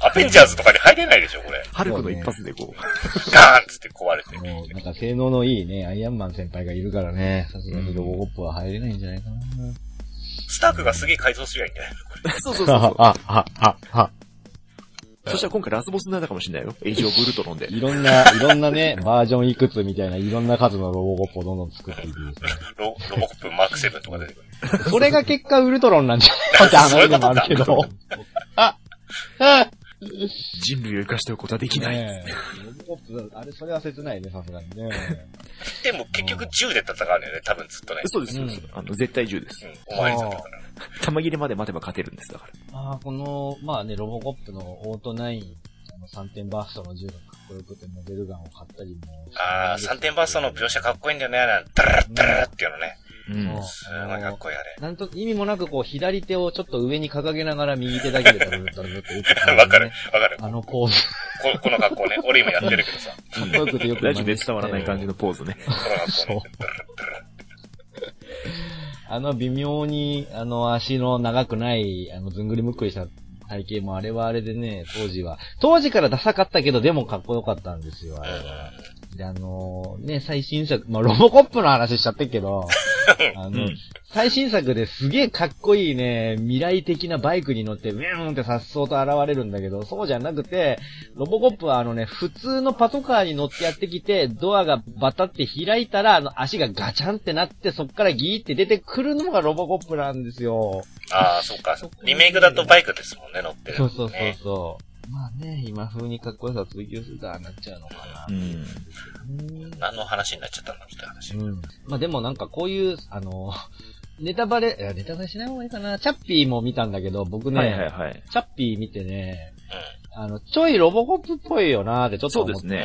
Speaker 2: アベンジャーズとかに入れないでしょ、これ。
Speaker 3: ハルクの一発でこう。
Speaker 2: ガーンっつって壊れて。
Speaker 1: もう、なんか性能のいいね、アイアンマン先輩がいるからね、さすがにロボコップは入れないんじゃないかな。
Speaker 2: スタークがすげえ改造すりゃいいんじゃないのこれ。
Speaker 3: そうそうそうそう。
Speaker 1: あ、あ、あ、あ、
Speaker 3: そしたら今回ラスボスになったかもしれないよ。エイジオブウルトロン で。
Speaker 1: いろんな、いろんな ね、バージョンいくつみたいな、いろんな数のロボコップをどんどん作っていく。
Speaker 2: ロロボコップマーク7とか出てくる。
Speaker 1: それが結果ウルトロンなんじゃないかって話でもあるけ
Speaker 3: そうい
Speaker 1: ど
Speaker 3: うこ。
Speaker 1: あ、あ、
Speaker 3: 人類を生かしておくことはできない。
Speaker 1: ねえロボコップ、あれ、それは切ないね、さすがにね。
Speaker 2: でも結局銃で戦うのよね、多分ずっとね。
Speaker 3: そうです、そうです。あの、絶対銃で
Speaker 2: う
Speaker 3: す。
Speaker 2: ん、お前さんだから。
Speaker 3: 玉切れまで待てば勝てるんです、だから。
Speaker 1: まあ、この、まあね、ロボコップのオートナイン、あの3点バーストの銃がかっこよくて、モデルガンを買ったりも。
Speaker 2: あー、3点バーストの描写かっこいいんだよね、あれ。ダラッダラッっていうのね。
Speaker 3: う
Speaker 1: うん
Speaker 3: ん。
Speaker 2: すごいかっこいい、あれ。
Speaker 1: なんと、意味もなくこう、左手をちょっと上に掲げながら右手だけでドルドルドルって打ってた、
Speaker 2: わかる。、わかる。
Speaker 1: あのポーズ、
Speaker 2: ここの格好ね。俺今やってるけどさ。
Speaker 1: かっこよくてよく
Speaker 3: ラジオで伝わらない感じのポーズね。
Speaker 2: この格好ね。
Speaker 1: あの微妙に、あの足の長くない、あのずんぐりむっくりした体型もあれはあれでね、当時は。当時からダサかったけど、でもかっこよかったんですよ、あれは。で、あのーね、最新作、まあ、ロボコップの話しちゃってるけ ど、あの、
Speaker 3: うん
Speaker 1: 最新作ですげえかっこいいね、未来的なバイクに乗って、ウィーンって颯爽と現れるんだけど、そうじゃなくて、ロボコップはあのね、普通のパトカーに乗ってやってきて、ドアがバタって開いたら、あの足がガチャンってなって、そっからギーって出てくるのがロボコップなんですよ。
Speaker 2: ああ、そうか。リメイクだとバイクですもんね、乗ってる
Speaker 1: そ
Speaker 2: の
Speaker 1: う
Speaker 2: ね。
Speaker 1: そうそうそう。まあね、今風にかっこよさ追求するからなっちゃうのかな。
Speaker 3: うん。
Speaker 1: うん
Speaker 2: 何の話になっちゃったんだろうって話。
Speaker 1: うん。まあでもなんかこういう、あの、 ネタバレ、いやネタバレしない方がいいかな。チャッピーも見たんだけど、僕ね、
Speaker 3: はいはいはい。
Speaker 1: チャッピー見てね、
Speaker 2: う
Speaker 1: あの、ちょいロボコップっぽいよなーってちょっと
Speaker 3: そう
Speaker 1: 思
Speaker 3: で
Speaker 1: って。
Speaker 3: すね。
Speaker 2: ん。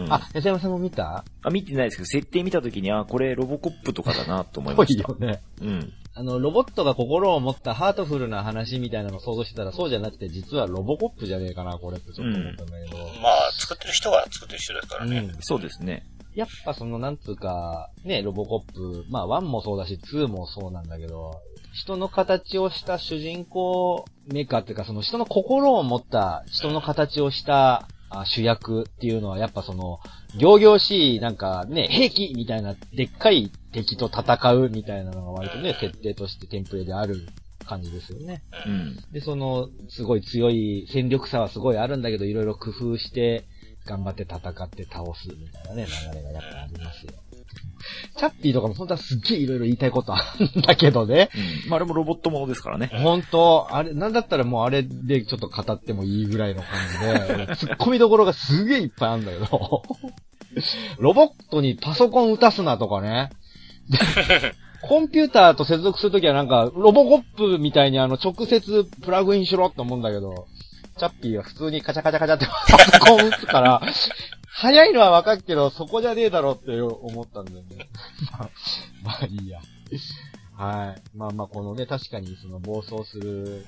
Speaker 2: うん
Speaker 3: ん
Speaker 1: あ、安山さんも見た
Speaker 3: あ、見てないですけど、設定見たときに、あ、これロボコップとかだなと思い
Speaker 1: ぽ
Speaker 3: ま
Speaker 1: い
Speaker 3: した
Speaker 1: よ。ね。
Speaker 3: うん。
Speaker 1: あの、ロボットが心を持ったハートフルな話みたいなのを想像してたら、そうじゃなくて、実はロボコップじゃねえかな、これってちょっと思ったんだけど。
Speaker 2: まあ、作ってる人が作ってる人ですから
Speaker 1: う
Speaker 2: ね。
Speaker 1: ん
Speaker 3: そうですね。
Speaker 1: やっぱその、なんつうか、ね、ロボコップ、まあ、1もそうだし、2もそうなんだけど、人の形をした主人公メーカーっていうか、その人の心を持った人の形をしたあ主役っていうのは、やっぱその、行々しい、なんかね、兵器みたいな、でっかい敵と戦うみたいなのが割とね、設定としてテンプレである感じですよね。
Speaker 3: うん。
Speaker 1: で、その、すごい強い、戦力差はすごいあるんだけど、いろいろ工夫して、頑張って戦って倒すみたいなね、流れがやっぱありますよ。チャッピーとかも本当はすっげえいろいろ言いたいことあるんだけどね。
Speaker 3: うん。まあ、あれもロボットものですからね。
Speaker 1: 本当あれ、なんだったらもうあれでちょっと語ってもいいぐらいの感じで、突っ込みどころがすげえいっぱいあるんだけど、ロボットにパソコン打たすなとかね。コンピューターと接続するときはなんか、ロボコップみたいにあの、直接プラグインしろって思うんだけど、チャッピーは普通にカチャカチャカチャって パソコン打つから、早いのはわかるけど、そこじゃねえだろって思ったんだよね。まあ、 まあいいや。はい。まあまあ、このね、確かにその暴走する、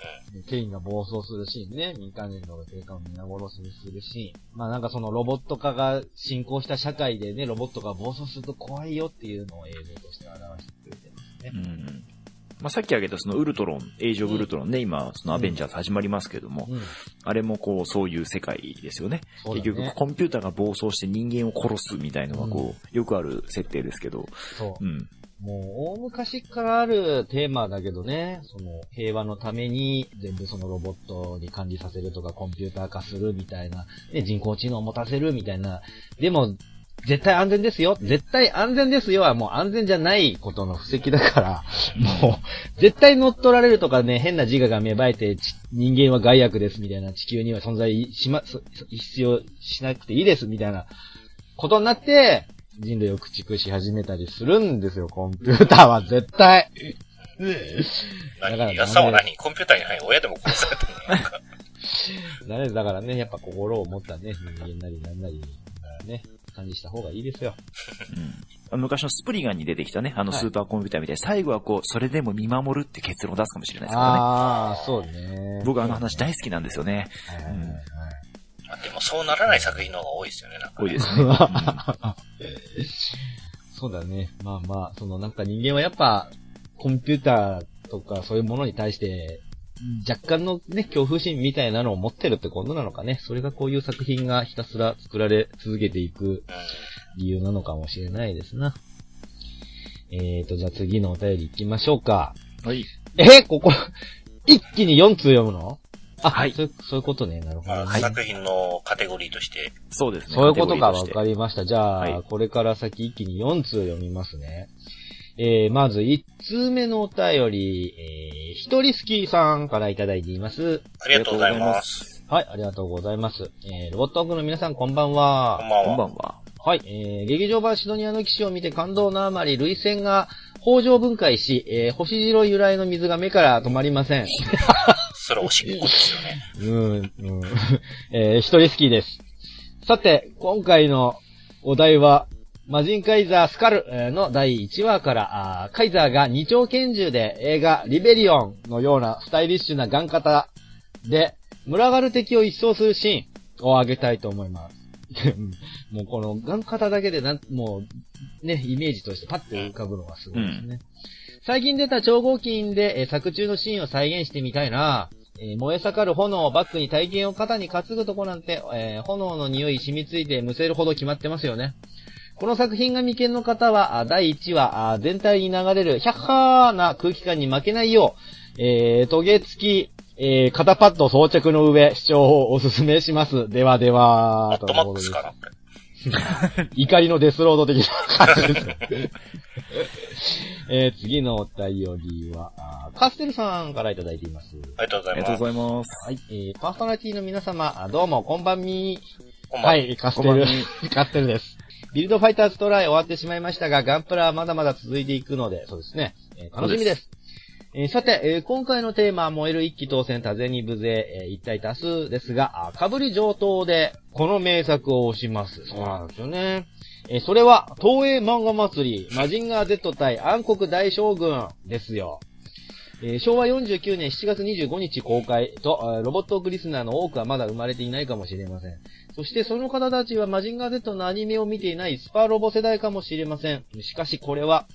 Speaker 1: ケインが暴走するシーンね、民間人の警官を皆殺しにするシーン。まあなんかそのロボット化が進行した社会でね、ロボットが暴走すると怖いよっていうのを映像として表してくれてますね
Speaker 3: う。ん。まあ、さっき挙げたそのウルトロン、エイジオブウルトロンね、今、そのアベンジャーズ始まりますけども、
Speaker 1: うん。
Speaker 3: あれもこう、そういう世界ですよね。
Speaker 1: そうだ
Speaker 3: 結局、
Speaker 1: ね。
Speaker 3: コンピューターが暴走して人間を殺すみたいのはこう、よくある設定ですけど、
Speaker 1: そう
Speaker 3: う。ん。
Speaker 1: もう、大昔からあるテーマだけどね、その、平和のために、全部そのロボットに管理させるとか、コンピューター化するみたいな、ね、人工知能を持たせるみたいな、でも、絶対安全ですよ絶対安全ですよはもう安全じゃないことの布石だから、もう、絶対乗っ取られるとかね、変な自我が芽生えて、ち人間は害悪ですみたいな、地球には存在しま、そそ必要しなくていいですみたいな、ことになって、人類を駆逐し始めたりするんですよ、コンピューターは絶対。だから
Speaker 2: 何安さんは何コンピューターに入る親でも殺された のなんか。
Speaker 1: だねだからね、やっぱ心を持ったね、人間なりなんなり、ね、感じした方がいいですよ。
Speaker 3: うん昔のスプリガンに出てきたね、あの
Speaker 1: はい
Speaker 3: スーパーコンピューターみたいに、最後はこう、それでも見守るって結論を出すかもしれないですからね。
Speaker 1: ああ、そうね。
Speaker 3: 僕あの話大好きなんですよね。
Speaker 1: はいはいはい
Speaker 2: まあでもそうならない作品の方が多いですよね、なんか、
Speaker 3: 多いですね。
Speaker 1: そうだね。まあまあ、そのなんか人間はやっぱ、コンピューターとかそういうものに対して、若干のね、恐怖心みたいなのを持ってるってことなのかね。それがこういう作品がひたすら作られ続けていく
Speaker 2: うん。
Speaker 1: 理由なのかもしれないですな。えーと、じゃあ次のお便り行きましょうか。
Speaker 3: はい。
Speaker 1: えここ、一気に4通読むのあ、
Speaker 3: はい
Speaker 1: そういう。そういうことね。なるほ
Speaker 2: ま
Speaker 1: ど、
Speaker 2: あ、
Speaker 1: ね。
Speaker 2: 作品のカテゴリーとして、
Speaker 3: そうですね。
Speaker 1: そういうことが
Speaker 3: カテゴ
Speaker 1: わか
Speaker 3: リーして
Speaker 1: りました。じゃあ、
Speaker 3: はい
Speaker 1: これから先一気に4通読みますね。えー、まず1通目のお便り、えー、ひとりすきさんからいただいています。
Speaker 2: ありがとうございます。
Speaker 1: はい、ありがとうございます。えー、ロボットオークの皆さんこんばんは
Speaker 2: こん。ばん
Speaker 3: こんば
Speaker 2: は。
Speaker 3: んは。
Speaker 1: はい、えー、劇場版シドニアの騎士を見て感動のあまり、類線が北条分解し、えー、星白い由来の水が目から止まりません。
Speaker 2: それおしっこですよね。
Speaker 1: うん、 うん。えー、一人好きです。さて、今回のお題は、マジンカイザースカルえーの第1話から、あーカイザーが二丁拳銃で映画リベリオンのようなスタイリッシュなガン型で、群がる敵を一掃するシーンを挙げたいと思います。 もうこのガン型だけでなん、もう、ね、イメージとしてパッて浮かぶのがすごいですね。最近出た超合金で、えー作中のシーンを再現してみたいなえー燃え盛る炎をバックに体験を肩に担ぐとこなんて、えー炎の匂い染みついてむせるほど決まってますよね。この作品が未見の方は、あ第1話、あ全体に流れる、ヒャッハーな空気感に負けないよう、えー、トゲ付き、えー肩パッド装着の上、視聴をお勧めします。ではで
Speaker 2: ホ
Speaker 1: は、
Speaker 2: ットマックスかな、これ。
Speaker 1: 怒りのデスロード的な感じです。えー、次のお便りは、あカステルさんからいただいています。
Speaker 2: ありがとうござ
Speaker 3: あり
Speaker 2: い
Speaker 3: がと
Speaker 2: ま
Speaker 3: う
Speaker 2: す。
Speaker 3: ございます。
Speaker 1: はい、えー、パーソナリティの皆様、あどうも、こんばんみ
Speaker 2: こんばん
Speaker 1: は
Speaker 2: は。
Speaker 1: い、カス
Speaker 3: こん
Speaker 1: テ
Speaker 3: ばん
Speaker 1: ル
Speaker 3: は。
Speaker 1: カステルです。ビルドファイターズトライ終わってしまいましたが、ガンプラはまだまだ続いていくので、そうですね。えー楽しみです。えーさて、えー今回のテーマ、燃える一気当選、多勢に無勢、えー一体多数ですが、かぶり上等で、この名作を推します。そうなんですよね。えーそれは、東映漫画祭り、マジンガー Z 対暗黒大将軍ですよ。えー昭和49年7月25日公開と、あーロボットオークリスナーの多くはまだ生まれていないかもしれません。そしてその方たちはマジンガー Z のアニメを見ていないスパロボ世代かもしれません。しかしこれは、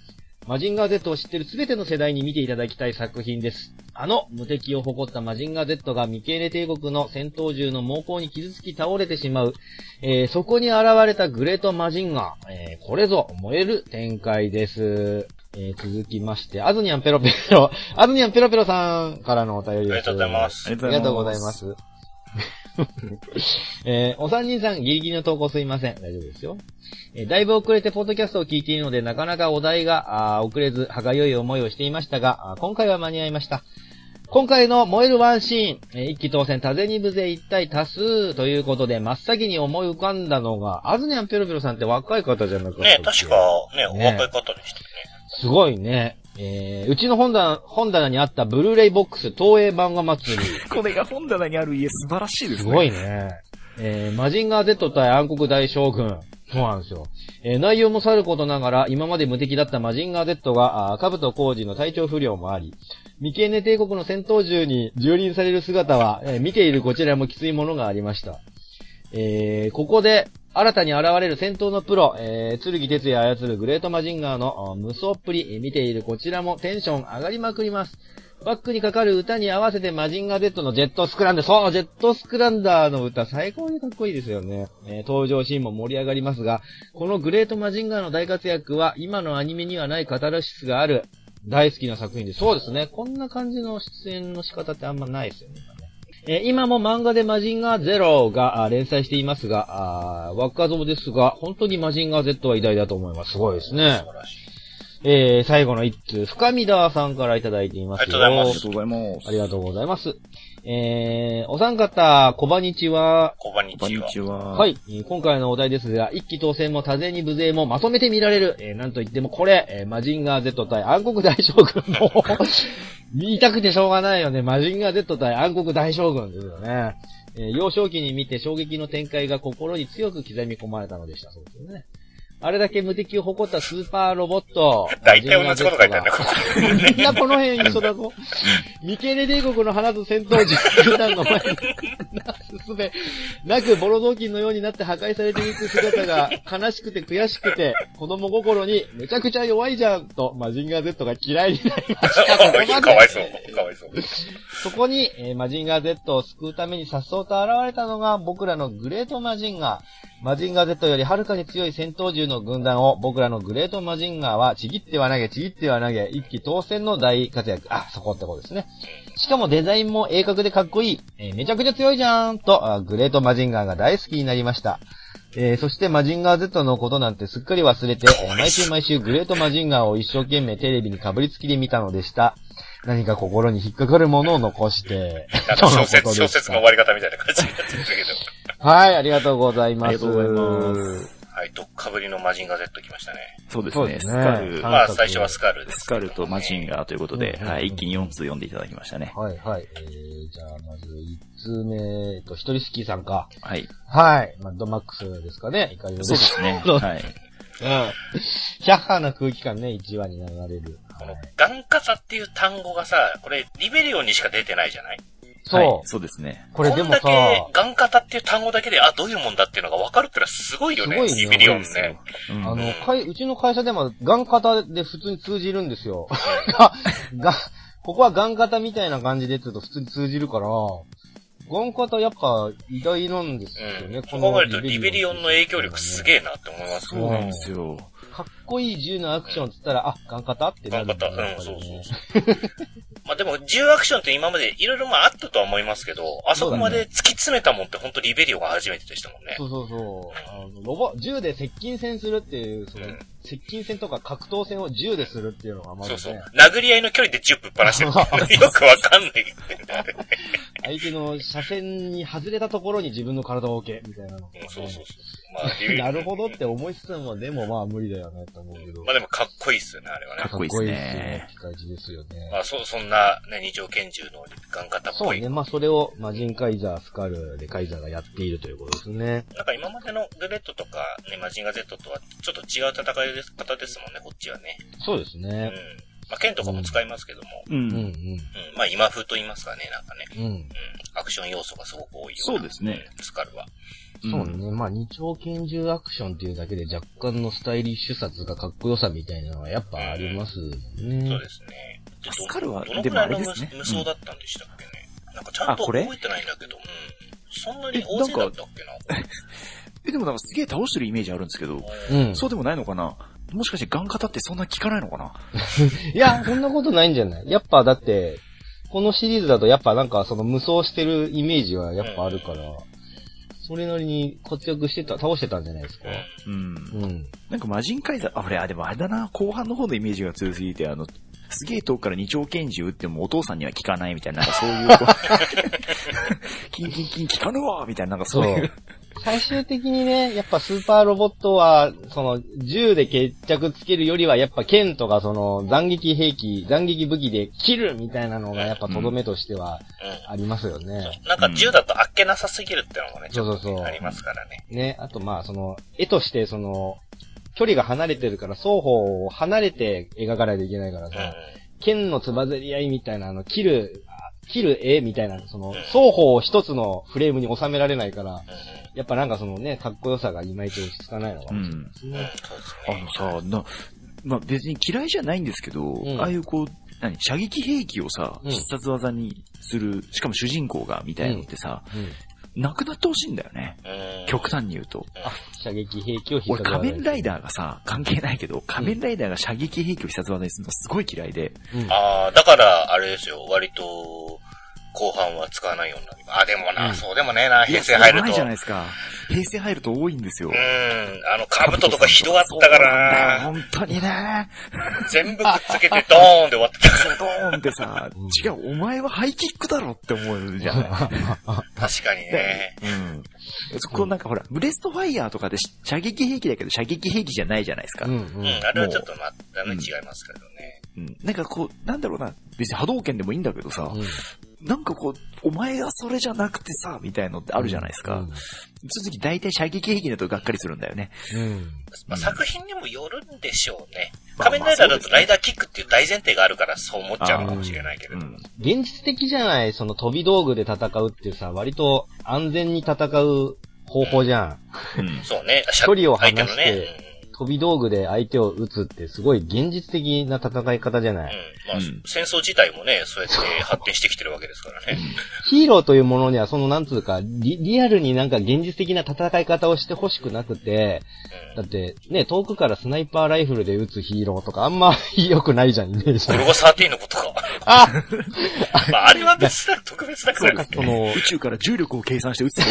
Speaker 1: マジンガー Z を知ってる全ての世代に見ていただきたい作品です。あの、無敵を誇ったマジンガー Z がミケーレ帝国の戦闘銃の猛攻に傷つき倒れてしまう。えーそこに現れたグレートマジンガー。えーこれぞ燃える展開です。えー続きまして、アズニャンペロペロ、アズニャンペロペロさんからのお便
Speaker 2: あ
Speaker 1: り
Speaker 2: り
Speaker 1: です。
Speaker 2: がとうございます。
Speaker 3: あり
Speaker 1: ありがとうございま。す。 えーお三人さん、ギリギリの投稿すいません。大丈夫ですよ。えーだいぶ遅れてポッドキャストを聞いているので、なかなかお題があー遅れず、歯がゆい思いをしていましたが、あー今回は間に合いました。今回の燃えるワンシーン、えー一気当選、多勢に無勢一体多数ということで、真っ先に思い浮かんだのが、アズニャンペロペロさんって若い方じゃなかったっ
Speaker 2: ね
Speaker 1: け
Speaker 2: 確か、ね、お
Speaker 1: ね
Speaker 2: 若い方でしたね。
Speaker 1: すごいね。えーうちの本棚、本棚にあったブルーレイボックス、東映漫画祭り。
Speaker 3: これが本棚にある家素晴らしいですすね。
Speaker 1: ごいね。えー、マジンガー Z 対暗黒大将軍。そうなんですよ。えー内容もさることながら、今まで無敵だったマジンガー Z が、あーカブト工事の体調不良もあり、ミケーネ帝国の戦闘銃に蹂躙される姿は、えー見ているこちらもきついものがありました。えー、ここで、新たに現れる戦闘のプロ、えー、剣哲也操るグレートマジンガーのあー無双っぷり、えー見ているこちらもテンション上がりまくります。バックにかかる歌に合わせてマジンガー Z のジェットスクランダー、そう、ジェットスクランダーの歌、最高にかっこいいですよね。えー登場シーンも盛り上がりますが、このグレートマジンガーの大活躍は、今のアニメにはないカタルシスがある、大好きな作品です。そうですね。こんな感じの出演の仕方ってあんまないですよね。今ねえー今も漫画でマジンガーゼロがあー連載していますが、あー若造ですが、本当にマジンガー Z は偉大だと思います。すごいですね
Speaker 2: 素。晴らしい。
Speaker 1: えー最後の一通、深見田さんからいただいていますよ。
Speaker 2: ありがとうございます
Speaker 3: ありがとうございます。
Speaker 1: ありがとうございます。えー、お三方、こばにちは。
Speaker 2: こんばんに
Speaker 3: こん
Speaker 2: ちは
Speaker 3: に。ちは。
Speaker 1: はい。えー今回のお題ですが、一期当選も多勢に無勢もまとめて見られる。えー、なんといってもこれ、えーマジンガー Z 対暗黒大将軍 も、見たくてしょうがないよね。マジンガー Z 対暗黒大将軍ですよね。えー幼少期に見て衝撃の展開が心に強く刻み込まれたのでした。そうですよね。あれだけ無敵を誇ったスーパーロボット。
Speaker 2: 大体同じこと書いてあるんだ、これ。
Speaker 1: みんなこの辺一緒だぞ。ミケレ帝国の花と戦闘時、普段の前に、進め、なくボロ雑巾のようになって破壊されていく姿が悲しくて悔しくて、子供心にめちゃくちゃ弱いじゃんと、マジンガー Z が嫌いになりました。ここまで
Speaker 2: かわいそう。かわいそう。
Speaker 1: そこに、えーマジンガー Z を救うために颯爽と現れたのが僕らのグレートマジンガー。マジンガー Z よりはるかに強い戦闘銃の軍団を僕らのグレートマジンガーはちぎっては投げ、ちぎっては投げ、一気当選の大活躍。あ、そこってことですね。しかもデザインも鋭角でかっこいい。えーめちゃくちゃ強いじゃーんと、あグレートマジンガーが大好きになりました。えーそしてマジンガー Z のことなんてすっかり忘れて、えー毎週毎週グレートマジンガーを一生懸命テレビにかぶりつきで見たのでした。何か心に引っかかるものを残 して、
Speaker 2: なんか小説、小説の終わり方みたいな感じになってるけど。
Speaker 1: はい、ありがとうございます。
Speaker 3: ありがとうございます。
Speaker 2: はい、どっかぶりのマジンガー Z 来ましたね。
Speaker 3: そうで
Speaker 1: そう
Speaker 3: す
Speaker 1: で
Speaker 3: ね。
Speaker 1: す
Speaker 3: ス
Speaker 1: ね
Speaker 3: カル、
Speaker 1: はい
Speaker 2: まあ、最初はスカルです
Speaker 3: ス
Speaker 2: けど
Speaker 3: カ
Speaker 2: ね。
Speaker 3: ルとマジンガーということ
Speaker 1: うん
Speaker 3: で
Speaker 1: う、んうん
Speaker 3: はい、一気に4通読んでいただきましたね。
Speaker 1: はい、はい。えー、じゃあ、まず、1通目と、一人スキーさんか。
Speaker 3: はい。
Speaker 1: はい。マッドマックスですかね。怒りの
Speaker 3: そうですね。
Speaker 1: そう
Speaker 3: はい。
Speaker 1: うん。ヒャッハーな空気感ね、1話に流れる。
Speaker 2: この、ガンカサっていう単語がさ、これ、リベリオンにしか出てないじゃない
Speaker 3: はい
Speaker 1: そ。う。
Speaker 3: そうですね。
Speaker 1: これで
Speaker 2: ん
Speaker 1: も
Speaker 2: だ
Speaker 1: さ、
Speaker 2: け、ガンカタっていう単語だけで、あ、どういうもんだっていうのが分かるってのはすごいよね、
Speaker 1: すごい
Speaker 2: リ
Speaker 1: ね
Speaker 2: ベリオン
Speaker 3: そうです
Speaker 2: ね
Speaker 3: よ。。う
Speaker 1: あ
Speaker 3: ん
Speaker 1: の、かい、うちの会社でも、ガン型で普通に通じるんですよ。 が、ここはガン型みたいな感じでちょっと普通に通じるから、ガン型やっぱ偉大なんですよ
Speaker 2: う
Speaker 1: ね、
Speaker 2: ん。そう考えると、リベリオンの影響力すげえなって思います
Speaker 3: そう
Speaker 2: よ。
Speaker 3: なんですよ。
Speaker 1: かっこいい銃のアクションって言ったら、あ、ガン型ってな
Speaker 2: ガ
Speaker 1: る
Speaker 2: ンカタ、
Speaker 1: だ
Speaker 2: うん
Speaker 1: ね、
Speaker 2: そうそうそう。 まあでも、銃アクションって今までいろいろまああったとは思いますけど、あそこまで突き詰めたもんって本当リベリオンが初めてでしたもんね。
Speaker 1: そうそうそう。あの、ロボ、銃で接近戦するっていう、その
Speaker 2: うん、
Speaker 1: 接近戦とか格闘戦を銃でするっていうのがまず
Speaker 2: そ
Speaker 1: ね、
Speaker 2: うそう。殴り合いの距離で10ぶっ放 してるっていうのよくわかんない。
Speaker 1: 相手の車線に外れたところに自分の体を置け、みたいなの、
Speaker 2: うんそうそうそう。まあ、リベリオ
Speaker 1: な
Speaker 2: ン
Speaker 1: るほどって思いつつも、でもまあ無理だよねと思うけど。
Speaker 2: まあでもかっこいいっすよね、あれはね
Speaker 3: か。っこいいで
Speaker 1: かっ
Speaker 3: すね。
Speaker 1: こいいっすよね機械銃ですよね。
Speaker 2: まあ、そ、そんな、ね、二条拳銃のガン型っ
Speaker 1: そ
Speaker 2: ぽ
Speaker 1: う
Speaker 2: い。
Speaker 1: ね。まあそれをマジンカイザー、スカルでカイザーがやっているということですね。
Speaker 2: なんか今までのグレットとか、ね、マジンガー Z とはちょっと違う戦いです方ですもんね、こっちはね。
Speaker 1: そうです
Speaker 2: うん
Speaker 1: ね。。
Speaker 2: まあ、剣とかも使いますけども、
Speaker 1: う
Speaker 3: う。
Speaker 1: んん
Speaker 2: うん。まあ、今風と言いますかね、なんかね。
Speaker 1: うん。うん。
Speaker 2: うん。アクション要素がすごく多いよ
Speaker 3: そうですね。
Speaker 2: うんスカルは。
Speaker 1: そうね。まあ二丁拳銃アクションっていうだけで若干のスタイリッシュさとかかっこよさみたいなのはやっぱありますもんね。
Speaker 2: そうですね。で
Speaker 3: スカルは
Speaker 2: どのくらいの
Speaker 3: で
Speaker 2: 無
Speaker 3: もあれですね
Speaker 2: 無双だったんでしたっけね。なんかちゃんと
Speaker 3: あこ
Speaker 2: 覚
Speaker 3: れ
Speaker 2: えてないんだけど、うん。そんなに大勢だったっけな。
Speaker 3: え、でもなんかすげえ倒してるイメージあるんですけど、
Speaker 1: う
Speaker 2: うん
Speaker 1: ん。
Speaker 3: そうでもないのかなもしかしてガン型ってそんな効かないのかない
Speaker 1: や、そんなことないんじゃないやっぱだって、このシリーズだとやっぱなんかその無双してるイメージはやっぱあるから、それなりに活躍してた、倒してたんじゃないですか。
Speaker 3: うん。
Speaker 1: うん。
Speaker 3: なんか魔人カイザー、あ、俺、あ、でもあれだな、後半の方のイメージが強すぎて、あの、すげえ遠くから二丁拳銃撃ってもお父さんには効かないみたいな、なんかそういうこう、 キンキンキン効かぬわみたいな、なんかそういう。
Speaker 1: 最終的にね、やっぱスーパーロボットは、その、銃で決着つけるよりは、やっぱ剣とかその、斬撃兵器、斬撃武器で切るみたいなのが、やっぱとどめとしては
Speaker 2: ん。
Speaker 1: ありますよね。
Speaker 2: なんか銃だとあっけなさすぎるってのもね、ちょっ
Speaker 1: そ
Speaker 2: と
Speaker 1: うそう
Speaker 2: ね
Speaker 1: そう
Speaker 2: ありますからね。
Speaker 1: ね、あとまあ、その、絵として、その、距離が離れてるから、双方を離れて描かないといけないから
Speaker 2: う
Speaker 1: さ、
Speaker 2: ん。
Speaker 1: 剣のつばぜり合いみたいな、あの、切る、あ切る絵みたいな、その
Speaker 2: ん、
Speaker 1: 双方を一つのフレームに収められないから、
Speaker 2: うんうん
Speaker 1: やっぱなんかそのね、かっこよさがいまいち落ち着かないのか
Speaker 3: う
Speaker 1: もし
Speaker 3: ん。
Speaker 1: れ
Speaker 2: う
Speaker 1: ない
Speaker 2: ん
Speaker 1: で
Speaker 2: そうです
Speaker 3: あ
Speaker 2: ね。
Speaker 3: のさ、な、まあ、別に嫌いじゃないんですけど、
Speaker 1: ん
Speaker 3: ああいうこう、何、射撃兵器をさ、
Speaker 1: うん
Speaker 3: 必殺技にする、しかも主人公が、みたいなのってさ、
Speaker 1: すね。うん。
Speaker 3: なくなってほしいんだよね。
Speaker 2: うん
Speaker 3: 極端に言うと。
Speaker 1: あ、射撃兵器を必殺
Speaker 3: 俺、
Speaker 1: 技
Speaker 3: 仮面ライダーがさ、関係ないけど、仮面ライダーが射撃兵器を必殺技にするのすごい嫌いで、
Speaker 1: うん。
Speaker 2: ああ、だから、あれですよ、割と、後半は使わないようになります。あ、でもな、
Speaker 1: うん
Speaker 2: そうでもねえな、
Speaker 3: いや
Speaker 2: 平成入る
Speaker 3: そうない
Speaker 2: と。
Speaker 3: じゃないうですか。平成入ると多いんですよ。
Speaker 2: ん、あの、兜とかひどかったからな
Speaker 3: そうなんだよ本当にね。
Speaker 2: 全部くっつけてドーンで終わ ってた。
Speaker 3: ドーンってさ、
Speaker 1: うん
Speaker 3: 違う、お前はハイキックだろって思うじゃない。
Speaker 2: 確かにね。
Speaker 3: うん。そこなんかほら、ブレストファイヤーとかで射撃兵器だけど射撃兵器じゃないじゃないですか。
Speaker 1: うんう。
Speaker 2: うんん、あれはちょっとまあ、だめ
Speaker 3: うん
Speaker 2: 違いますけどね。
Speaker 3: うん。なんかこう、なんだろうな、別に波動拳でもいいんだけどさ、なんかこう、お前がそれじゃなくてさ、みたいのってあるじゃないですか。
Speaker 1: うん
Speaker 3: そういう時大体射撃兵器だとがっかりするんだよね。
Speaker 1: うん。
Speaker 2: まあ、
Speaker 3: うん
Speaker 2: 作品にもよるんでしょうね。
Speaker 3: まあ
Speaker 2: 仮面ライダーだとライダーキックっていう大前提があるからそう思っちゃうのかもしれないけれ
Speaker 3: う
Speaker 2: ど。
Speaker 3: ん。
Speaker 1: 現実的じゃない、その飛び道具で戦うっていうさ、割と安全に戦う方法じゃん。
Speaker 3: うん
Speaker 2: そうね。
Speaker 1: 距離を離して
Speaker 2: 相手のね。
Speaker 1: 飛び道具で相手を撃つってすごい現実的な戦い方じゃ
Speaker 2: うん
Speaker 1: ない。
Speaker 2: うんまあ
Speaker 3: うん
Speaker 2: 戦争自体もね、そうやって発展してきてるわけですからね。
Speaker 1: ヒーローというものにはそのなんつうか、リリアルになんか現実的な戦い方をしてほしくなくて、
Speaker 2: う
Speaker 1: だ
Speaker 2: ん
Speaker 1: ってね、遠くからスナイパーライフルで撃つヒーローとかあんま 良くないじゃん、イメージ
Speaker 2: ゴ。ルゴ13のことか。
Speaker 1: あ
Speaker 2: まあ、あれは別だ、特別だか
Speaker 3: そう
Speaker 2: ら
Speaker 3: です
Speaker 1: その
Speaker 3: ね。宇宙から重力を計算して撃つぞ。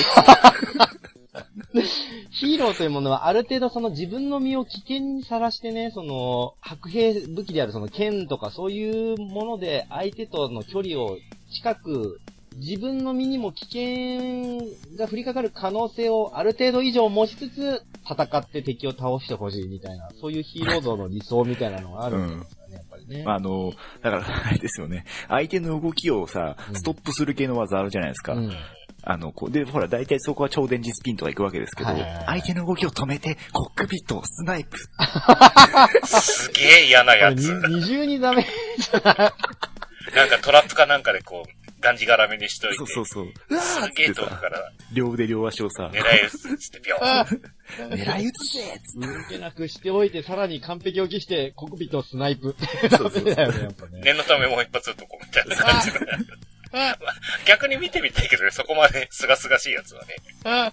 Speaker 1: ヒーローというものはある程度その自分の身を危険にさらしてね、その、白兵武器であるその剣とかそういうもので相手との距離を近く、自分の身にも危険が降りかかる可能性をある程度以上持ちつつ、戦って敵を倒してほしいみたいな、そういうヒーロー像の理想みたいなのがあるんですよね、やっぱりね。
Speaker 3: あの、だから、あれですよね。相手の動きをさ
Speaker 1: う、ん
Speaker 3: ストップする系の技あるじゃないですか。
Speaker 1: うん
Speaker 3: あの、こう、で、ほら、大体そこは超電磁スピンとか行くわけですけど、
Speaker 1: はいはいはい
Speaker 3: 相手の動きを止めて、コックピットをスナイプ。
Speaker 2: すげえ嫌な
Speaker 1: これ
Speaker 2: や
Speaker 1: に
Speaker 2: つ。
Speaker 1: 二重にダメ。
Speaker 2: なんかトラップかなんかでこう、がんじがらめにしといて。
Speaker 3: そうそ うそう。うわーっ
Speaker 2: すげ
Speaker 3: つ
Speaker 2: え遠
Speaker 3: って
Speaker 2: く
Speaker 3: さ、
Speaker 2: から
Speaker 3: 両腕両足をさ、
Speaker 2: 狙い撃つっつってビョーン。
Speaker 3: 狙い撃つぜつっ
Speaker 1: 抜けなくしておいて、さらに完璧を期して、コクピットをスナイプ。
Speaker 3: そうそうそう
Speaker 1: ダメだよね、やっぱね。
Speaker 2: 念のためもう一発撃っとこうみたいな感じの。逆に見てみたいけどね、そこまで清々しいやつはね。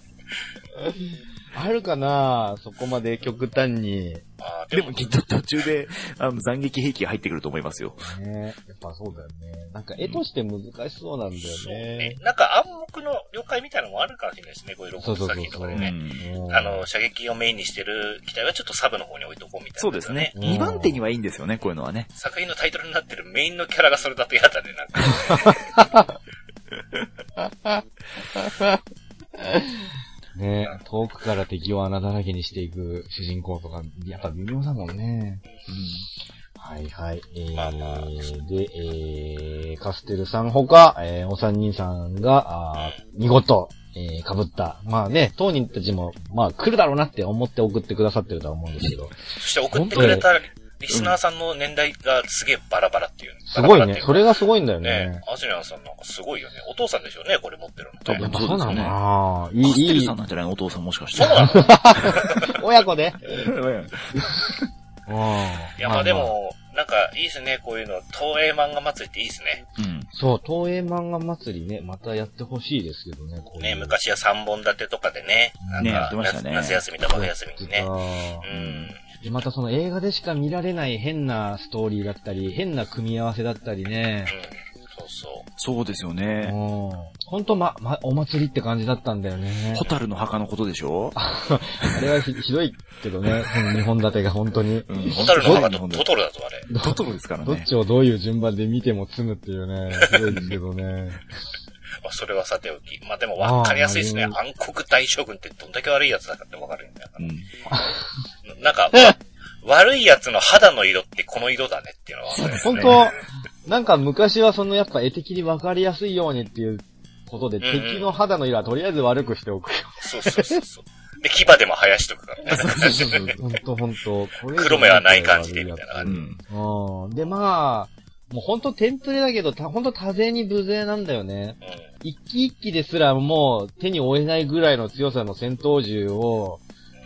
Speaker 1: あるかなそこまで極端に。
Speaker 2: あー
Speaker 3: て。でもきっと途中で、あの、斬撃兵器が入ってくると思いますよ。
Speaker 1: ねやっぱそうだよね。なんか絵として難しそうなんだ
Speaker 2: そう
Speaker 1: よ
Speaker 2: ね
Speaker 1: ね。。
Speaker 2: なんか暗黙の了解みたいなのもあるかもしれないですね、こういうロボ
Speaker 1: そう
Speaker 2: ッ
Speaker 1: そ
Speaker 2: ト
Speaker 1: うそう
Speaker 2: 作品とかで
Speaker 1: う
Speaker 2: ね。
Speaker 1: うん
Speaker 2: あの、射撃をメインにしてる機体はちょっとサブの方に置いとこうみたいな、
Speaker 3: そうですね。
Speaker 1: うん
Speaker 3: 2番手にはいいんですよね、こういうのはね。
Speaker 2: 作品のタイトルになってるメインのキャラがそれだと嫌だね、なんか。
Speaker 1: ね遠くから敵を穴だらけにしていく主人公とか、やっぱ微妙だもんね。はいはい。え
Speaker 2: まあまあ
Speaker 1: ー、で、えー、カステルさんほか、えー、お三人さんが、あー見事、えー、被った。まあね、当人たちも、まあ来るだろうなって思って送ってくださってるとは思うんですけど。
Speaker 2: そして送ってくれたリスナーさんの年代がすげえバラバラっていう。
Speaker 1: すごい
Speaker 2: バラバラって
Speaker 1: ね
Speaker 2: う。か
Speaker 1: それがすごいんだよね。
Speaker 2: ねアジアンさんなんかすごいよね。お父さんでしょうね、これ持ってるの。
Speaker 3: 多分
Speaker 1: やっぱ
Speaker 3: そうですよね
Speaker 1: なのかない
Speaker 3: カステ
Speaker 1: い、
Speaker 3: ル
Speaker 1: いい
Speaker 3: さん、なんじゃないのお父さんもしかし
Speaker 2: そ
Speaker 3: て
Speaker 2: う。 なの
Speaker 1: 親子で。うん。
Speaker 2: いや、まあで。も、なんかいいですね、こういうの。東映漫画祭りっていいですね。
Speaker 3: うん。
Speaker 1: そう、東映漫画祭りね、またやってほしいですけどね、こうい
Speaker 2: ね、
Speaker 1: う。
Speaker 2: 昔は3本立てとかでね。なん
Speaker 3: ねやっ
Speaker 2: か
Speaker 3: てましたね
Speaker 2: 夏夏休みとか休みにね。う
Speaker 1: ね。
Speaker 2: ん。
Speaker 1: で、またその映画でしか見られない変なストーリーだったり、変な組み合わせだったりね。
Speaker 2: そうそ
Speaker 3: そうですよ
Speaker 1: うん
Speaker 3: ね。。
Speaker 1: ほんとま、ま、お祭りって感じだったんだよ ね。
Speaker 3: ホタルの墓のことでしょ
Speaker 1: あれはひひどいけどね、その日本立てが本当に。
Speaker 2: う。ホタルの墓
Speaker 3: ホ
Speaker 2: と
Speaker 3: タ
Speaker 2: トトロだぞ、あれ。
Speaker 3: トトロですから
Speaker 1: どっ
Speaker 3: ね。
Speaker 1: ちをどういう順番で見ても詰むっていうね、すごいですけど ね。
Speaker 2: まあ、それはさておき。まあでも分かりやすいですね。
Speaker 1: あ
Speaker 2: 暗黒大将軍ってどんだけ悪いやつだかって分かるんだよ
Speaker 3: うん。
Speaker 2: な。なんか、悪いやつの肌の色ってこの色だねっていうのは分かる。
Speaker 1: 本当、なんか昔はそのやっぱ絵的に分かりやすいようにっていうことで、
Speaker 2: んうん
Speaker 1: 敵の肌の色はとりあえず悪くしてお くよ。
Speaker 2: そうそうそうそう。で、牙でも生やしとくからね。
Speaker 1: ほんとほんと。これ以上
Speaker 2: 黒目はない感じでみたいな
Speaker 3: う
Speaker 2: 感
Speaker 3: ん。
Speaker 1: うん。で、まあ、もうほんとテンプレだけど、たほんと多勢に無勢なんだよね。
Speaker 2: じ。うん。
Speaker 1: 一機一機ですらもう手に負えないぐらいの強さの戦闘銃を、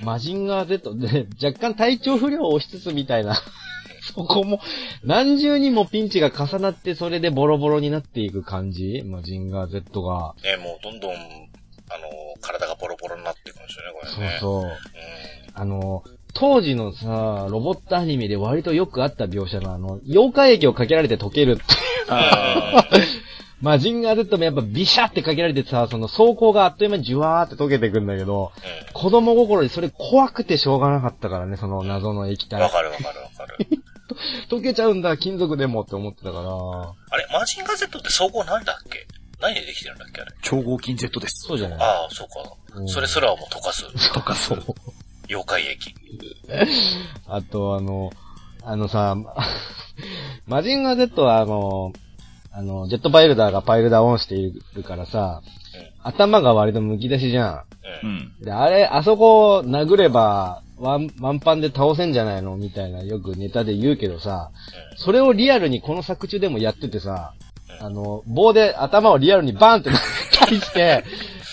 Speaker 1: マジンガー Z で 若干体調不良を押しつつみたいな。 そこも、何重にもピンチが重なって、それでボロボロになっていく感じマジンガー Z が。
Speaker 2: ね、もうどんどん、あの、体がボロボロになっていくんですよね、こ
Speaker 1: そう
Speaker 2: れね。う
Speaker 1: そう。
Speaker 2: ん。
Speaker 1: あの、当時のさ、ロボットアニメで割とよくあった描写のあの、妖怪液をかけられて溶けるって。
Speaker 3: あ
Speaker 1: マジンガー Z もやっぱビシャってかけられてさ、その装甲があっという間にジュワーって溶けてくんだけど、子供心にそれ怖くてしょうがなかったからね、その謎の液
Speaker 2: うん。わ
Speaker 1: 体。
Speaker 2: かるわかるわかる。
Speaker 1: 溶けちゃうんだ、金属でもって思ってたから。
Speaker 2: あれ、マジンガー Z って総合なんだっけ何でできてるんだっけあれ。
Speaker 3: 超合金 Z です。
Speaker 1: そうじゃない
Speaker 2: ああ、そうか。
Speaker 1: うん
Speaker 2: それすらはもう溶かす。
Speaker 3: とかそう。
Speaker 2: 妖怪液。
Speaker 1: あと、あの、あのさ、マジンガー Z はあの、あの、ジェットパイルダーがパイルダーオンしているからさ、頭が割と剥き出しじゃ
Speaker 2: う。
Speaker 3: うんん。
Speaker 1: ん。で、あれ、あそこを殴れば、ワン、ワンパンで倒せんじゃないのみたいな、よくネタで言うけどさ、それをリアルにこの作中でもやっててさ、あの、棒で頭をリアルにバーンって殴ったり して、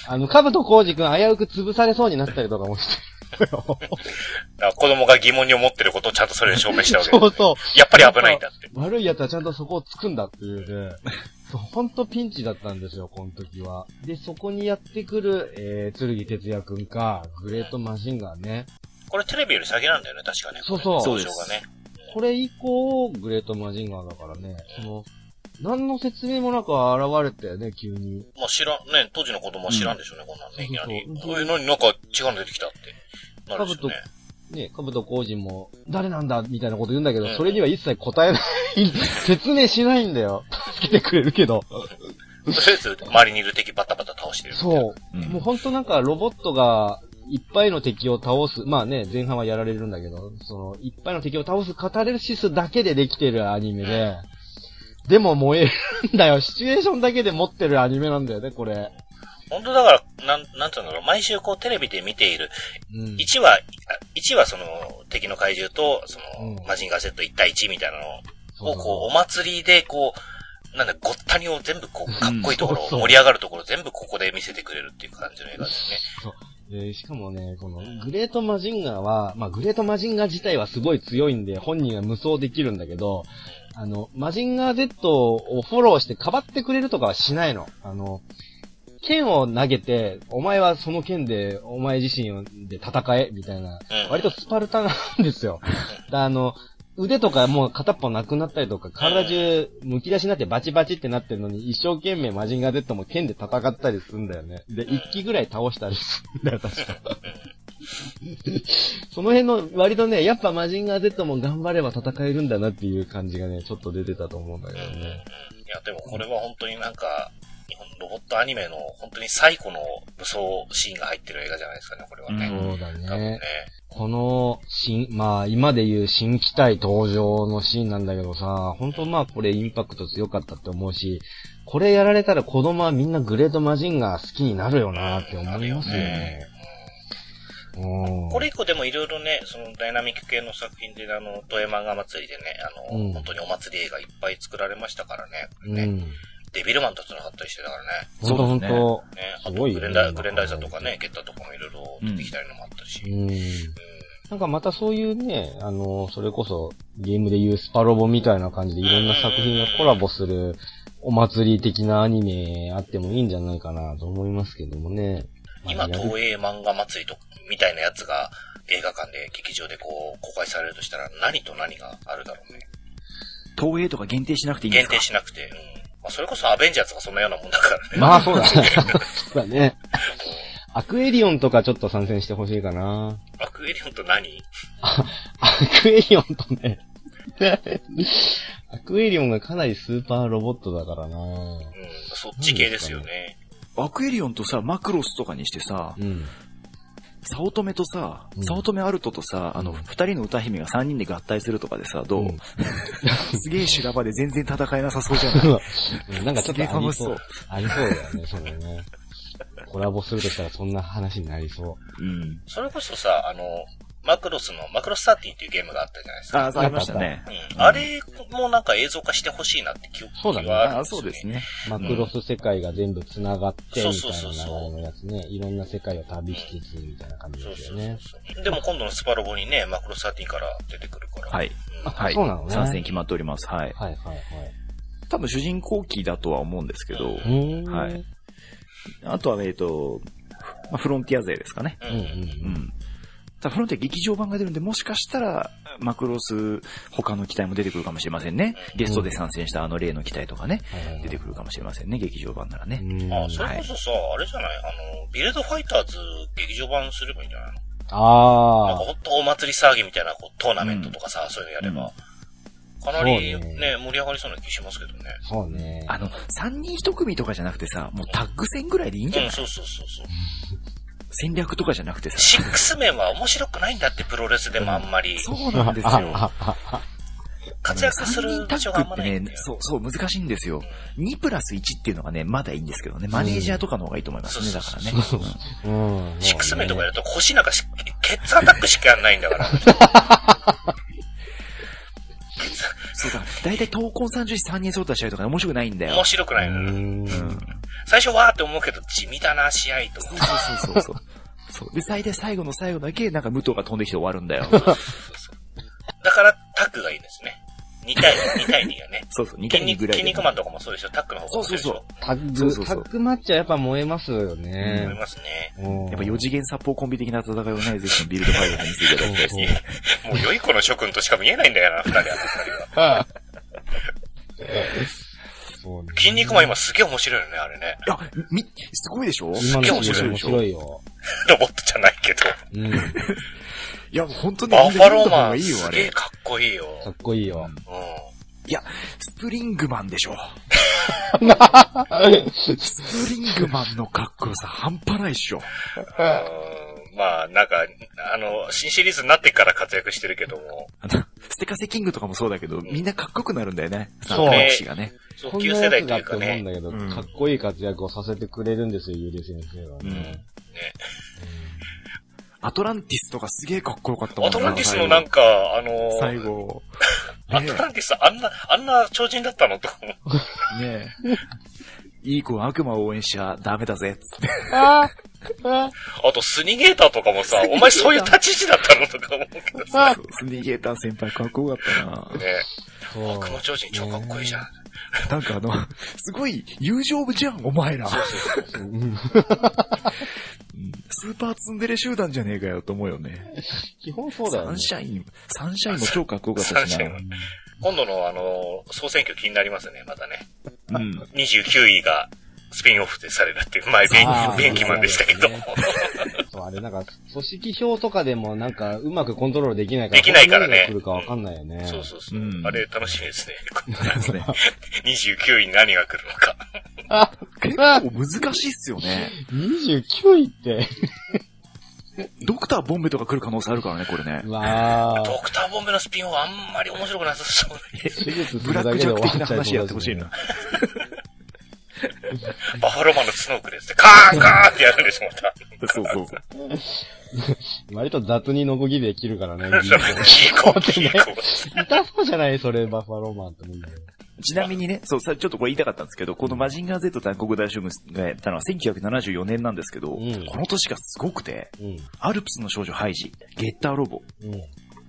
Speaker 1: あの、カブとコウジ君危うく潰されそうになったりとかもしてるのよ。
Speaker 2: だから子供が疑問に思ってることをちゃんとそれで証明したわけ。
Speaker 1: そうそう。
Speaker 2: やっぱり危ないんだって。
Speaker 1: 悪い奴はちゃんとそこをつくんだっていうね。そうほんとピンチだったんですよ、この時は。で、そこにやってくる、えー、剣哲也くんか、グレートマシンガンね。
Speaker 2: これテレビより先なんだよね、確かね。
Speaker 1: そうそう
Speaker 2: これね登場がね。
Speaker 1: これ以降、グレートマジンガーだからね、その、何の説明もなく現れたよね、急に。
Speaker 2: まあ知らん、ね、当時の子供は知らんでしょうね、こんなんね、いきなり。
Speaker 1: そうそうそう
Speaker 2: おい、何、なんか違うの出てきたって。なるでしょうね。
Speaker 1: ね、カブトコウジも、誰なんだみたいなこと言うんだけど
Speaker 2: うん、
Speaker 1: それには一切答えない。説明しないんだよ。助けてくれるけど。
Speaker 2: とりあえず、周りにいる敵バタバタ倒してる。う。
Speaker 1: そう。
Speaker 3: うん
Speaker 1: もうほんとなんかロボットがいっぱいの敵を倒す、まあね、前半はやられるんだけど、その、いっぱいの敵を倒すカタルシスだけでできてるアニメで、でも燃えるんだよ。シチュエーションだけで持ってるアニメなんだよね、これ。
Speaker 2: 本当だから、なん、なんつうんだろう、毎週こうテレビで見ている、
Speaker 1: うん。
Speaker 2: 1話、1話その、敵の怪獣と、その、
Speaker 1: うん
Speaker 2: マジンガー Z 1対1みたいなのを
Speaker 1: そう
Speaker 2: を
Speaker 1: そう
Speaker 2: こう、お祭りでこう、なんだ、ごったにを全部こう、かっこいいところ
Speaker 1: う、んそうそう
Speaker 2: 盛り上がるところ全部ここで見せてくれるっていう感じの映画ですね。
Speaker 1: でしかもね、この、グレートマジンガーは、まあ、グレートマジンガー自体はすごい強いんで、本人は無双できるんだけど、あの、マジンガー Z をフォローしてかばってくれるとかはしないの。あの、剣を投げて、お前はその剣で、お前自身で戦え、みたいな、
Speaker 2: うん。
Speaker 1: 割とスパルタなんです よ。だあの、腕とかもう片っぽなくなったりとか、体中剥き出しになってバチバチってなってるのに、一生懸命マジンガー Z も剣で戦ったりするんだよね。で、一機ぐらい倒したりするんだよ、確 か。その辺の、割とね、やっぱマジンガー Z も頑張れば戦えるんだなっていう感じがね、ちょっと出てたと思うんだけど
Speaker 2: うんうんい
Speaker 1: ね。
Speaker 2: や、でもこれは本当になんか、日本のロボットアニメの本当に最古の武装シーンが入ってる映画じゃないですかね、これはね。
Speaker 3: うん
Speaker 1: そうだ
Speaker 2: 多分ね
Speaker 1: ね。。この、新、まあ、今で言う新機体登場のシーンなんだけどさ、本当まあこれインパクト強かったって思うし、これやられたら子供はみんなグレートマジンガー好きになるよなって思いますよね。うん
Speaker 2: これ以降でもいろいろね、そのダイナミック系の作品で、あの、富山が祭りでね、あの、
Speaker 1: うん
Speaker 2: 本当にお祭り映画いっぱい作られましたからね。こ
Speaker 1: う
Speaker 2: れね
Speaker 1: ん。
Speaker 2: デビルマンと繋がったりしてたからね。
Speaker 1: ほんとほんと。
Speaker 2: ね、あと
Speaker 1: すごいよ
Speaker 2: グレンダー、グレンダイザーとかね、ゲッターとかもいろいろ出てきたりのもあったし。
Speaker 1: うん。なんかまたそういうね、あの、それこそゲームで言うスパロボみたいな感じでいろんな作品がコラボするお祭り的なアニメあってもいいんじゃないかなと思いますけどもね。
Speaker 2: 今、
Speaker 1: まあやる
Speaker 2: 東映漫画祭りと、みたいなやつが映画館で劇場でこう、公開されるとしたら何と何があるだろうね。
Speaker 3: 東映とか限定しなくていいん
Speaker 2: 限
Speaker 3: ですか
Speaker 2: 定しなくて。うん。まあ、それこそアベンジャーズがそんなようなもんだからね。
Speaker 1: まあそうだね。 そうだね。アクエリオンとかちょっと参戦してほしいかな。
Speaker 2: アクエリオンと何
Speaker 1: アクエリオンとね。アクエリオンがかなりスーパーロボットだからな。
Speaker 2: うん、そっち系ですよね。
Speaker 3: アクエリオンとさ、マクロスとかにしてさ
Speaker 1: う、ん。
Speaker 3: サオトメとさ
Speaker 1: う、ん
Speaker 3: サオトメアルトとさ、あの、二人の歌姫が三人で合体するとかでさ、どう、
Speaker 1: うん
Speaker 3: すげえ修羅場で全然戦えなさそうじゃない
Speaker 1: うんなんかちょっとありそう
Speaker 3: す。
Speaker 1: ありそうだよね、そのね。コラボするとしたらそんな話になりそ
Speaker 3: うん。
Speaker 2: それこそさ、あの、マクロスの、マクロス13っていうゲームがあったじゃないですか。
Speaker 3: あ、ありましたね。
Speaker 2: うん。あれもなんか映像化してほしいなって記憶
Speaker 1: そうだね
Speaker 2: があるん
Speaker 3: あ
Speaker 2: です
Speaker 3: そう
Speaker 2: よね。
Speaker 3: ですね。
Speaker 1: う。マクロス世界が全部繋がって、みたい
Speaker 2: そ
Speaker 1: な
Speaker 2: うそうそうそう
Speaker 1: 流れのやつね。いろんな世界を旅しつつ、みたいな感じ
Speaker 2: そう
Speaker 1: です
Speaker 2: そ
Speaker 1: よ
Speaker 2: うそう
Speaker 1: ね。
Speaker 2: そう。でも今度のスパロボにね、マクロス13から出てくるから。
Speaker 3: はい。
Speaker 2: うん
Speaker 3: はい。
Speaker 1: そうなのね
Speaker 3: 参戦決まっております。はい。
Speaker 1: はいはい
Speaker 3: 多分主人公機だとは思うんですけど
Speaker 1: は、い。うーん。
Speaker 3: はいあとは、えっと、まあフロンティア勢ですかね。
Speaker 1: うんうん
Speaker 3: う
Speaker 1: うん。
Speaker 3: ん。ただフロンティア劇場版が出るんで、もしかしたら、マクロス、他の機体も出てくるかもしれませんね。ゲストで参戦したあの例の機体とかね、
Speaker 1: はいはいはい
Speaker 3: 出てくるかもしれませんね、劇場版ならね。
Speaker 1: うん
Speaker 2: あ、それこそさ、あれじゃないあの、ビルドファイターズ劇場版すればいいんじゃないのなん
Speaker 1: あ
Speaker 2: か
Speaker 1: あ。
Speaker 2: ほんとお祭り騒ぎみたいなこうトーナメントとかさ、そういうのやれば、かなり
Speaker 1: そう
Speaker 2: ね
Speaker 1: ね
Speaker 2: 盛り上がりそうな気しますけどね。
Speaker 1: そうね。
Speaker 3: あの、三人一組とかじゃなくてさ、もうタッグ戦ぐらいでいいんじゃ
Speaker 2: う、
Speaker 3: なんい
Speaker 2: そうそうそうそう。
Speaker 3: 戦略とかじゃ なくてさ。
Speaker 2: シックス面は面白くないんだって、プロレスでもあんまり。
Speaker 3: そうなんですよ。
Speaker 1: あああ
Speaker 2: 活躍す
Speaker 3: 3
Speaker 2: る
Speaker 3: 人タ
Speaker 2: 場所があ
Speaker 3: ッ
Speaker 2: ん
Speaker 3: グ
Speaker 2: ま
Speaker 3: っ
Speaker 2: な
Speaker 3: て
Speaker 2: いんだ
Speaker 3: ね、
Speaker 2: よ。
Speaker 3: そう、そう、難しいんですよ。2プラス1っていうのがね、まだいいんですけどね、マネージャーとかの方がいいと思いますね、
Speaker 2: そ
Speaker 3: だ
Speaker 2: う
Speaker 3: か
Speaker 2: そ
Speaker 3: ら
Speaker 2: う
Speaker 3: ね
Speaker 2: そう。
Speaker 1: うん。
Speaker 2: シックスメンとか
Speaker 1: や
Speaker 2: やると腰なんかし、ケツアタックしかないんだから。
Speaker 3: そうだ、だいたい闘魂三十師3人揃った試合とかね面白くないんだよ
Speaker 2: 面。白くないのよ。
Speaker 1: ん
Speaker 3: うん。
Speaker 2: 最初わーって思うけど、地味だな、試合と
Speaker 3: そ
Speaker 2: 思
Speaker 3: う
Speaker 2: う。
Speaker 3: そうそうそう。そう。で、最大最後の最後だけ、なんか武藤が飛んできて終わるんだよ。
Speaker 2: そうそうだから、タッグがいいんですね。2対2、2対2がね。
Speaker 3: そうそう、2対
Speaker 2: 筋
Speaker 3: 2ぐ
Speaker 2: 肉、
Speaker 3: らい
Speaker 2: 筋
Speaker 3: で。
Speaker 2: 肉マンとかもそうでしょタッグの方が
Speaker 3: そうそうそう
Speaker 2: 面白いでし
Speaker 1: タッ
Speaker 3: そう
Speaker 1: グ、
Speaker 3: そう
Speaker 1: タ
Speaker 3: そう
Speaker 1: ッグマッチはやっぱ燃えますよ
Speaker 2: ょ思い
Speaker 1: ね。
Speaker 2: ますね。
Speaker 1: うん
Speaker 3: やっぱ4次元殺法コンビ的な戦いをね、ぜひビルドファイブに見せていただきたいですね。
Speaker 2: もう良い子の諸君としか見えないんだよな、二人は。二人は
Speaker 1: そうね
Speaker 2: 筋肉マン今すげえ面白いよね、あれね。
Speaker 3: いや、み、すごいでしょ
Speaker 1: 今の試合面
Speaker 3: でしょ
Speaker 1: 白
Speaker 3: い
Speaker 1: いよ。
Speaker 2: ロボットじゃないけど。
Speaker 1: うん。
Speaker 3: や、本当に
Speaker 2: バッファロー
Speaker 3: 方
Speaker 2: マ
Speaker 3: が
Speaker 2: ン
Speaker 3: いいよ、
Speaker 2: す
Speaker 3: あ
Speaker 2: げえ
Speaker 3: れ。
Speaker 2: かっこいいよ。
Speaker 1: かっこいいよ。
Speaker 2: う
Speaker 3: いや、スプリングマンでしょ。スプリングマンのかっこよさ半端ないっしょ。
Speaker 2: ん。うんまあ、なんか、あの、新シリーズになってから活躍してるけども、
Speaker 3: あの、ステカセキングとかもそうだけど、みんなかっこよくなるんだよね。
Speaker 1: そう
Speaker 3: 三騎士がね。
Speaker 2: そう
Speaker 1: こんな
Speaker 2: 旧世代
Speaker 1: やつ
Speaker 2: と
Speaker 1: だ
Speaker 2: い
Speaker 1: って思うん
Speaker 2: うかね。
Speaker 1: だけど、
Speaker 3: うん
Speaker 1: かっこいい活躍をさせてくれるんですよ、ゆり先生は
Speaker 3: うん
Speaker 1: ね。
Speaker 3: アトランティスとかすげえかっこよかったもん
Speaker 2: ア
Speaker 3: な
Speaker 2: トランティスのなんか、あの、
Speaker 3: 最 後。
Speaker 2: ア
Speaker 3: ね
Speaker 2: トランティスあんな、あんな超人だったのと思う。
Speaker 3: え、ねえ。いい子は悪魔を応援しちゃダメだ ぜ、つって。
Speaker 1: ああ
Speaker 2: あと、スニゲーターとかもさ、お前そういう立ち位置だったのとか思うけどさ。
Speaker 3: スニゲーター先輩かっこよかったな
Speaker 2: ね
Speaker 1: そう
Speaker 2: 悪魔超人超かっこいいじゃん。
Speaker 3: なんかあの、すごい友情じゃん、お前ら。
Speaker 1: うん
Speaker 3: うんスーパーツンデレ集団じゃねえかよと思うよね。
Speaker 1: 基本そうだよ
Speaker 3: サ
Speaker 1: ね
Speaker 3: ン。シャイン、サンシャインも超かっこよかっ
Speaker 2: サ
Speaker 3: た
Speaker 2: ン
Speaker 3: し
Speaker 2: シャイン
Speaker 3: な
Speaker 2: は。今度のあの、総選挙気になりますね、またね。
Speaker 3: うん。
Speaker 2: 29位がスピンオフでされるっていう、前、ベ
Speaker 1: あ
Speaker 2: ン
Speaker 1: ー
Speaker 2: ベンキマンでしたけど。
Speaker 1: そうですそう、あれなんか、組織票とかでもなんか、うまくコントロールできないから。
Speaker 2: できないから
Speaker 1: 何
Speaker 2: ね
Speaker 1: が来るかわかんないよね。
Speaker 2: そうそうそう
Speaker 3: う。ん
Speaker 2: あれ楽しみですね。
Speaker 3: そう ね
Speaker 2: 29位に何が来るのか。
Speaker 3: 結構難しいっすよね。
Speaker 1: 29位って。
Speaker 3: ドクターボンベとか来る可能性あるからね、これね。
Speaker 1: わ
Speaker 2: ド
Speaker 1: ー。
Speaker 2: クターボンベのスピンオフあんまり面白くなさそう。
Speaker 1: 手術す
Speaker 3: ブ
Speaker 1: る
Speaker 3: ラ
Speaker 1: だ
Speaker 3: ッ
Speaker 1: けで終
Speaker 3: クジャック
Speaker 1: わ
Speaker 3: 的
Speaker 1: っちゃそ
Speaker 3: ない
Speaker 1: うだし
Speaker 3: 話やってほしいな。。
Speaker 2: バファローマンのスノークですね。カーンカーンってやるんでしょ、また。
Speaker 3: そうそうそう。
Speaker 1: 割と雑にノコギリで切るからね。
Speaker 2: キーコー、キーコ ー。
Speaker 1: 痛そうじゃないそれ、バファローマンって思うんだけど。
Speaker 3: ちなみにね、そう、さ、ちょっとこれ言いたかったんですけど、このマジンガー Z と暗黒大将軍がやったのは1974年なんですけど、
Speaker 1: うん
Speaker 3: この年がすごくて、
Speaker 1: うん。
Speaker 3: アルプスの少女ハイジ、ゲッターロボ、
Speaker 1: うん。うん。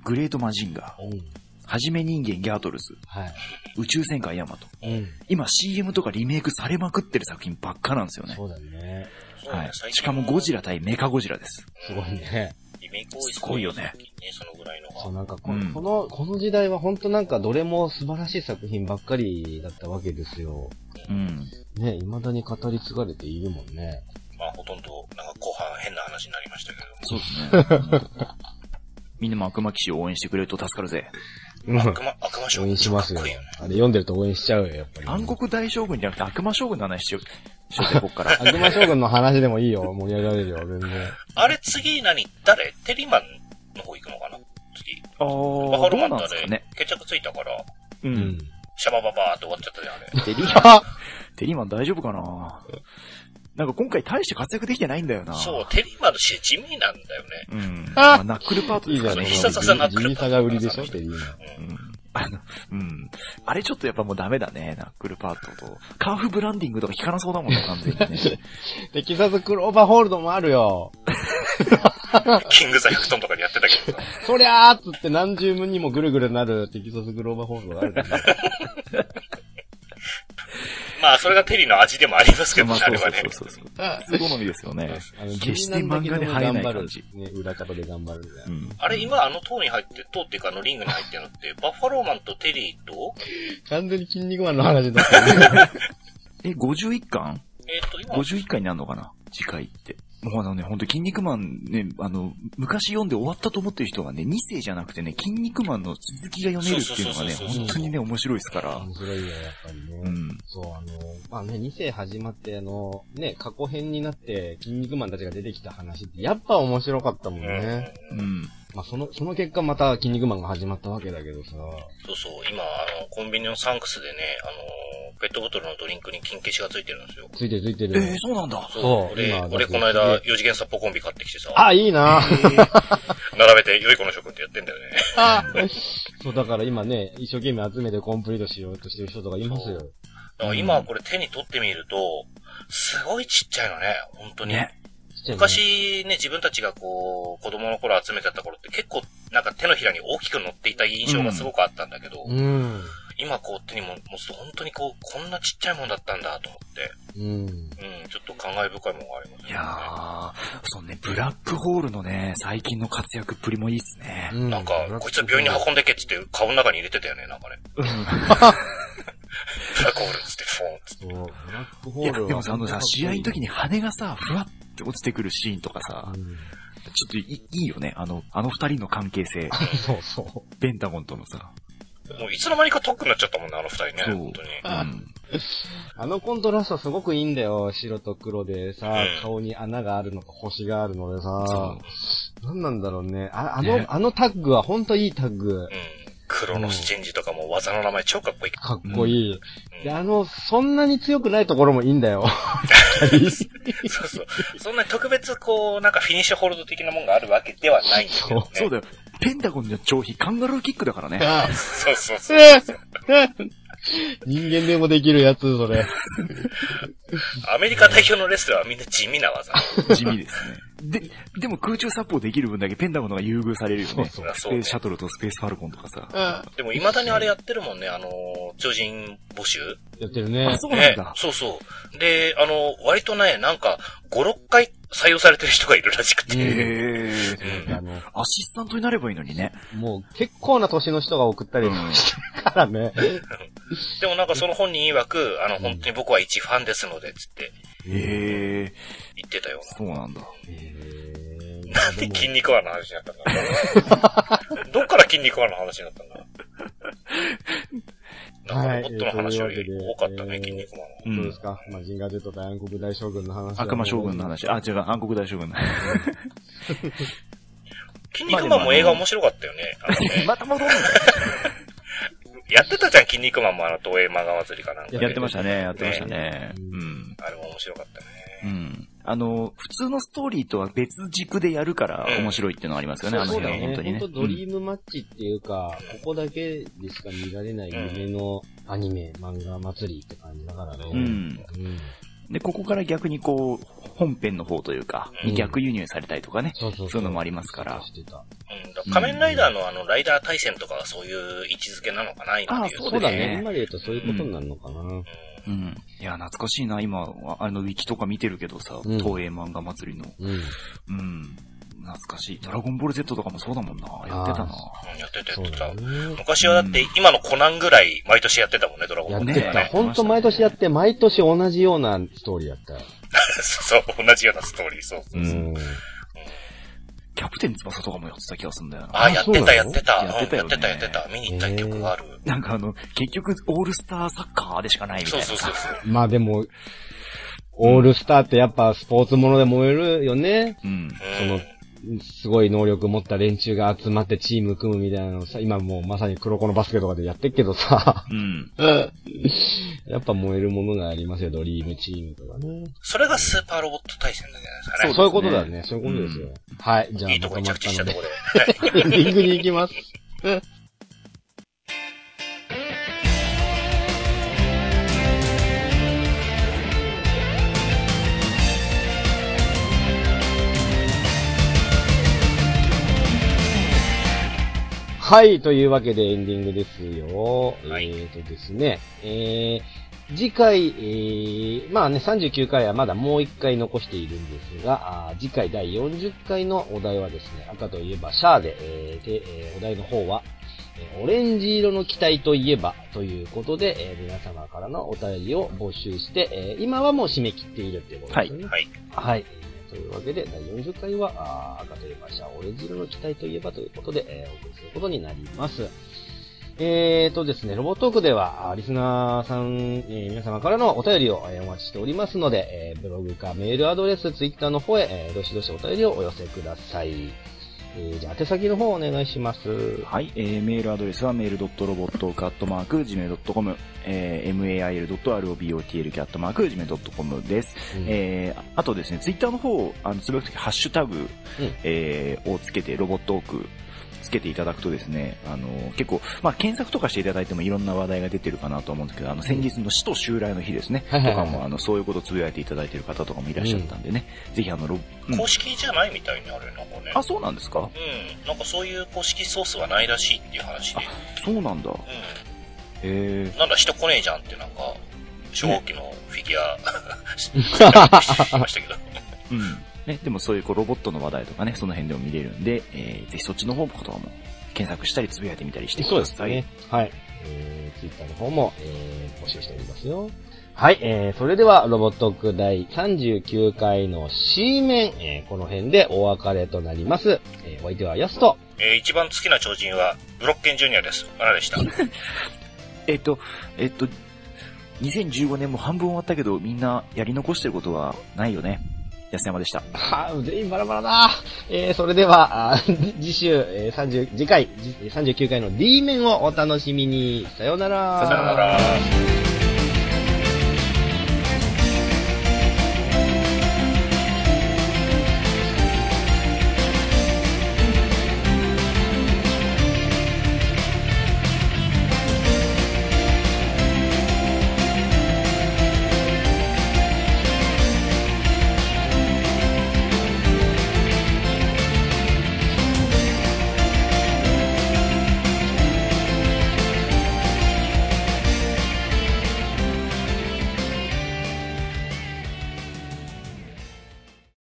Speaker 3: グレートマジンガー、はじめ人間ギャートルズ、
Speaker 1: はい。
Speaker 3: 宇宙戦艦ヤマト。
Speaker 1: うん。
Speaker 3: 今 CM とかリメイクされまくってる作品ばっかなんですよね。
Speaker 1: そうだね。
Speaker 3: はい。しかもゴジ
Speaker 2: ラ。
Speaker 3: ラ対メカゴジラです。
Speaker 1: すごいね。
Speaker 2: リメイク
Speaker 3: すごいよね。
Speaker 2: ね、そのぐらいの
Speaker 1: そ
Speaker 2: が
Speaker 1: う、。なんかこ、
Speaker 3: うん
Speaker 1: この、この時代は本当なんかどれも素晴らしい作品ばっかりだったわけですよ。
Speaker 3: うん。
Speaker 1: ね、未だに語り継がれているもんね。
Speaker 2: まあ、ほとんど、なんか後半変な話になりましたけど。
Speaker 3: そうですね。みんなも悪魔騎士を応援してくれると助かるぜ。
Speaker 1: うん。
Speaker 2: 悪魔、悪魔将
Speaker 1: 応
Speaker 2: 軍
Speaker 1: 援します
Speaker 2: かっ
Speaker 1: よ
Speaker 2: こいいよね。。
Speaker 1: あれ読んでると応援しちゃうよ、やっぱり。
Speaker 3: 暗黒大将軍じゃなくて悪魔将軍の話しよう。しようぜこっから。
Speaker 1: 悪魔将軍の話でもいいよ、盛り上がれるよ、全然。
Speaker 2: あれ次何誰テリマンの方行くのかな次。
Speaker 3: あ
Speaker 2: バファ
Speaker 3: ー、
Speaker 2: ロー
Speaker 3: ど
Speaker 2: マ
Speaker 3: う
Speaker 2: ン
Speaker 3: な
Speaker 2: と
Speaker 3: んで
Speaker 2: あ
Speaker 3: すか
Speaker 2: れ、
Speaker 3: ね。
Speaker 2: 決着ついたから、
Speaker 3: う。。
Speaker 1: うん
Speaker 2: シャバババーって終わっちゃったじゃん、あれ。
Speaker 3: テリー、
Speaker 1: あ
Speaker 3: テリーマン大丈夫かななんか今回大して活躍できてないんだよな。
Speaker 2: そう、テリマンの試合地味なんだよね。
Speaker 3: うん。ま
Speaker 1: あ
Speaker 3: あナックルパート
Speaker 1: い
Speaker 3: で
Speaker 1: い
Speaker 3: す
Speaker 1: じ
Speaker 3: か
Speaker 1: ゃ
Speaker 3: ら
Speaker 1: な
Speaker 3: ね
Speaker 1: い
Speaker 2: 必殺技なく
Speaker 1: 地味さが売りでしょっていう。
Speaker 3: うんあの、うん。あれちょっとやっぱもうダメだね、ナックルパートと。カーフブランディングとか効かなそうだもんね、完全に ね。
Speaker 1: テキサスクローバーホールドもあるよ。
Speaker 2: キングザヒクトンとかでやってたけどさ。
Speaker 1: そりゃーっつって何重にもぐるぐるなるテキサスグローバーホールドがあるからね。
Speaker 2: まあ、それがテリの味でもありますけど
Speaker 3: ま
Speaker 2: ね
Speaker 3: あ、、
Speaker 2: あ
Speaker 3: そ
Speaker 2: れは
Speaker 3: うそう
Speaker 2: ね。
Speaker 3: そうそう。 好みですよね。
Speaker 1: あの
Speaker 3: 決して漫画で入らない感じ。
Speaker 1: ね、裏方で頑張るみたいな。
Speaker 3: うん。
Speaker 2: あれ、今あの塔に入って、塔っていうかあのリングに入ってるのって、バッファローマンとテリーと、
Speaker 1: 完全に筋肉マンの話になってる。
Speaker 3: え、51巻
Speaker 2: えっ、と、今、
Speaker 3: 51巻になるのかな次回って。もうあのね、ほんと、筋肉マンね、あの、昔読んで終わったと思ってる人がね、2世じゃなくてね、筋肉マンの続きが読めるっていうのがね、
Speaker 2: そうそうそうそう
Speaker 3: 本当にね、面白いですから。
Speaker 1: 面白いよ、やっぱりね。
Speaker 3: うん。
Speaker 1: そう、あの、まあね、2世始まって、あの、ね、過去編になって、筋肉マンたちが出てきた話って、やっぱ面白かったもんね。
Speaker 3: うん。
Speaker 1: まあ、その、その結果また、筋肉マンが始まったわけだけどさ。
Speaker 2: そうそう、今、あの、コンビニのサンクスでね、あの、ペットボトルのドリンクに金消しがついてるんですよ。
Speaker 1: ついてるついて
Speaker 3: え
Speaker 1: る
Speaker 3: ー、。そうな んだ。
Speaker 1: そう
Speaker 2: 俺
Speaker 1: 今、
Speaker 2: 俺この間、四次元殺法コンビ買ってきてさ、
Speaker 1: あ、いいな
Speaker 2: 並べて、良い子の諸君ってやってんだよね。
Speaker 1: そう、だから今ね、一生懸命集めてコンプリートしようとしてる人とかいますよ。
Speaker 2: だから今これ手に取ってみると、すごいちっちゃいのね、本当に。
Speaker 3: ね。
Speaker 1: ちっちゃいね、
Speaker 2: 昔ね、自分たちがこう、子供の頃集めてた頃って結構なんか手のひらに大きく乗っていた印象がすごくあったんだけど、
Speaker 1: うん。
Speaker 2: 今こう手にも持つと本当にこう、こんなちっちゃいもんだったんだと思
Speaker 1: うん。
Speaker 2: って、うん、ちょっと感慨深いものがありますよね。
Speaker 3: いやー、そうね、ブラックホールのね、最近の活躍っぷりもいいっすね。
Speaker 1: う
Speaker 2: なんか、こいつは病院に運んでけっつって顔の中に入れてたよね、なんかね。ブラックホールっつって、フォーンっつって。
Speaker 1: そう、ブラックホ
Speaker 3: いや、
Speaker 1: ールは
Speaker 3: でもさ、あのさ、試合の時に羽がさ、ふわって落ちてくるシーンとかさ
Speaker 1: う、ん
Speaker 3: ちょっといいいよね、あの、あの二人の関係性、
Speaker 1: そうそ
Speaker 3: ペンタゴンとのさ。
Speaker 2: もういつの間にかトックになっちゃったもんね、あの二人ね。
Speaker 3: そう
Speaker 2: 本当に。
Speaker 3: うん。
Speaker 1: う。あのコントラストすごくいいんだよ。白と黒でさ
Speaker 2: う、ん
Speaker 1: 顔に穴があるのと星があるのでさ
Speaker 3: そ。
Speaker 1: なんなんだろうね。あ、あの、
Speaker 3: ね
Speaker 1: あのタッグはほんといいタッグ
Speaker 2: う。ん。黒のスチェンジとかも技の名前超かっこいいけ
Speaker 1: かっこいい。
Speaker 2: ど。
Speaker 1: で、
Speaker 2: うん
Speaker 1: あの、そんなに強くないところもいいんだ よ。
Speaker 2: そうそう。そんなに特別こう、なんかフィニッシュホールド的なもんがあるわけではないんだけどね。
Speaker 3: う。そうだよ。ペンタゴンの長飛、カンガルーキックだから ね。
Speaker 2: そうそうそう。
Speaker 1: 人間でもできるやつ、それ。
Speaker 2: アメリカ代表のレスラーはみんな地味な技。
Speaker 3: 地味ですね。で、でも空中殺法できる分だけペンタゴンの方が優遇されるよね。
Speaker 1: そ
Speaker 2: そうりゃ
Speaker 3: ス
Speaker 2: そ
Speaker 3: ペ
Speaker 2: う
Speaker 3: ー
Speaker 2: ね
Speaker 3: スシャトルとスペースファルコンとかさ。
Speaker 1: や
Speaker 2: でも未だにあれやってるもんね、あのー、超人募集
Speaker 1: ってるね
Speaker 3: あ、。そうなん
Speaker 2: ね
Speaker 3: だ。。
Speaker 2: そうそう。で、あの、割とね、なんか、5、6回採用されてる人がいるらしくて。
Speaker 1: うん
Speaker 3: へ
Speaker 2: う
Speaker 3: ー。
Speaker 2: ん
Speaker 1: あの、
Speaker 3: アシスタントになればいいのにね。
Speaker 1: もう結構な年の人が送ったりしてるからね。
Speaker 2: でもなんかその本人曰く、あの、本当に僕は一ファンですので、つって
Speaker 3: へえ、
Speaker 2: 言ってたよ
Speaker 3: そうなんだ。
Speaker 1: へ
Speaker 2: うな。なんで 筋肉穴の話になったんだろうな どっから筋肉穴の話になったんだろうなんかロボットの話より多かった
Speaker 1: は
Speaker 2: ね、
Speaker 1: いえー
Speaker 2: 筋肉マン
Speaker 3: う
Speaker 1: そうで
Speaker 3: ん
Speaker 1: す。か。マジンガー Z 大暗黒大将軍の話。
Speaker 3: 悪魔将軍の。話。あ、違う、暗黒大将軍の話。
Speaker 2: 筋肉マンも映画面白かったよね。あのね
Speaker 3: また戻るの
Speaker 2: やってたじゃん、筋肉マンもあの、東映マガ祭りかなんかで。
Speaker 3: やってましたね、やってましたね。うん。
Speaker 2: あれも面白かったね。
Speaker 3: うん。あの、普通のストーリーとは別軸でやるから面白いっていうのはあります
Speaker 1: そう
Speaker 3: よね、あの
Speaker 1: そう
Speaker 3: 辺
Speaker 1: だ
Speaker 3: は
Speaker 1: ね。
Speaker 3: 本当にね。
Speaker 1: 本当ドリームマッチっていうか、ここだけでしか見られない夢のアニメ、漫画祭りって感じだからね。
Speaker 3: うんうん。
Speaker 1: うん
Speaker 3: で、ここから逆にこう、本編の方というか、
Speaker 1: うん
Speaker 3: に逆輸入されたりとかね。
Speaker 1: そうそう
Speaker 3: そういうのもありますから
Speaker 1: してた
Speaker 2: うん、だから仮面ライダーのあの、ライダー対戦とかはそういう位置づけなのかな、今で言うと。
Speaker 1: そうだ
Speaker 3: そうです
Speaker 1: ね
Speaker 3: ね。
Speaker 1: 今で言うとそういうことになるのかな。
Speaker 3: うん。いや、懐かしいな、今、あの、ウィキとか見てるけどさ、
Speaker 1: うん
Speaker 3: 東映漫画祭りの。
Speaker 1: うん。
Speaker 3: うん。懐かしい。ドラゴンボール Z とかもそうだもんな。やってたな。
Speaker 2: うん、やってたや
Speaker 1: そう
Speaker 2: ってた
Speaker 1: だ。ね。
Speaker 2: 昔はだって、今のコナンぐらい毎年やってたもんね、ドラゴン
Speaker 1: や
Speaker 2: ボ
Speaker 1: っ
Speaker 2: ール
Speaker 1: て
Speaker 2: と
Speaker 1: た。
Speaker 2: かね。
Speaker 1: ほんと毎年やって、毎年同じようなストーリーやったよ。
Speaker 2: そう、同じようなストーリー、そう。
Speaker 1: うん。
Speaker 3: キャプテン翼とかもやってた気がするんだよな。
Speaker 2: あ、やってた、や
Speaker 1: そ
Speaker 2: っ
Speaker 1: う
Speaker 2: てた。うん
Speaker 3: や
Speaker 2: や
Speaker 3: っ
Speaker 2: って
Speaker 3: た
Speaker 2: て
Speaker 3: よね
Speaker 2: た、やってた。見に行った記憶がある。
Speaker 3: なんかあの、結局、オールスターサッカーでしかないみた
Speaker 2: そ
Speaker 3: いうなさ。
Speaker 2: そうそうそう。
Speaker 1: まあでも、オールスターってやっぱスポーツもので燃えるよね。
Speaker 3: うん。
Speaker 1: そ
Speaker 2: うん
Speaker 1: の。すごい能力持った連中が集まってチーム組むみたいなのさ、今もうまさに黒子のバスケとかでやってっけどさ、
Speaker 3: うん。
Speaker 1: やっぱ燃えるものがありますよ、ドリームチームとかね。
Speaker 2: それがスーパーロボット対戦なんじゃないですかね。
Speaker 1: そういうことだね、そういうことですよ。
Speaker 3: うん
Speaker 1: はい、じゃあ
Speaker 2: いいとこに着地したところで。
Speaker 1: エンディングに行きます。はい、というわけでエンディングですよ。
Speaker 2: はい
Speaker 1: えーとですね、えー、次回、えー、まあね、39回はまだもう1回残しているんですが、あー次回第40回のお題はですね、赤といえばシャアで、えーで、えーお題の方は、えーオレンジ色の機体といえばということで、えー皆様からのお便りを募集して、えー今はもう締め切っているってことですよね。
Speaker 2: はい。
Speaker 1: はい。というわけで、第40回は、あー赤といえばシャア、オレンジ色の機体といえばということで、えーお送りすることになります。えーとですね、ロボトークでは、あーリスナーさん、えー皆様からのお便りを、えーお待ちしておりますので、えーブログかメールアドレス、ツイッターの方へ、えーどしどしお便りをお寄せください。えーじゃあ、宛先の方お願いします。
Speaker 3: はい、えーメールアドレスはメールドットロボットカットマーク Gmail.com、えー mail.robotl.gmail.com です。
Speaker 1: うん
Speaker 3: えーあとですね、ツイッターの方、あの、つぶやくときハッシュタグ、えーをつけて、ロボットオーク、つけていただくとですね、あの、結構、まあ、検索とかしていただいてもいろんな話題が出てるかなと思うんですけど、あの、先日の死と襲来の日ですね、
Speaker 1: はいはい
Speaker 3: と
Speaker 1: はい
Speaker 3: か も、あの、そういうことをつぶやいていただいてる方とかもいらっしゃったんでね、ぜひあの、ロうん
Speaker 2: 公式じゃないみたいにあるよ、なんかね。
Speaker 3: あ、そうなんですか
Speaker 2: うん。なんかそういう公式ソースはないらしいっていう話で。
Speaker 3: そうなんだ。
Speaker 2: う
Speaker 3: え
Speaker 2: ん。なんだ、人来ねえじゃんってなんか、初号機のフィギュア、してましたけ ど。
Speaker 3: ー、うん。ね、でもそういうこうロボットの話題とかね、その辺でも見れるんで、えー、ぜひそっちの方とかも検索したりつぶやいてみたりしてください。。
Speaker 1: はい。えー、ツイッターの方も、えー、募集しておりますよ。はい、えー、それでは、ロボット区第39回の C 面、えー、この辺でお別れとなります。えー、お相手はヤスと、
Speaker 2: えー一番好きな超人は、ブロッケンジュニアです。あらでした。
Speaker 3: えっと、えっと、2015年も半分終わったけど、みんなやり残してることはないよね。安山でした。
Speaker 1: はぁ、全員バラバラだえー、それでは、あー次週、えー、30、次回、じ39回の D 面をお楽しみに。さようなら。
Speaker 3: さような
Speaker 2: ら。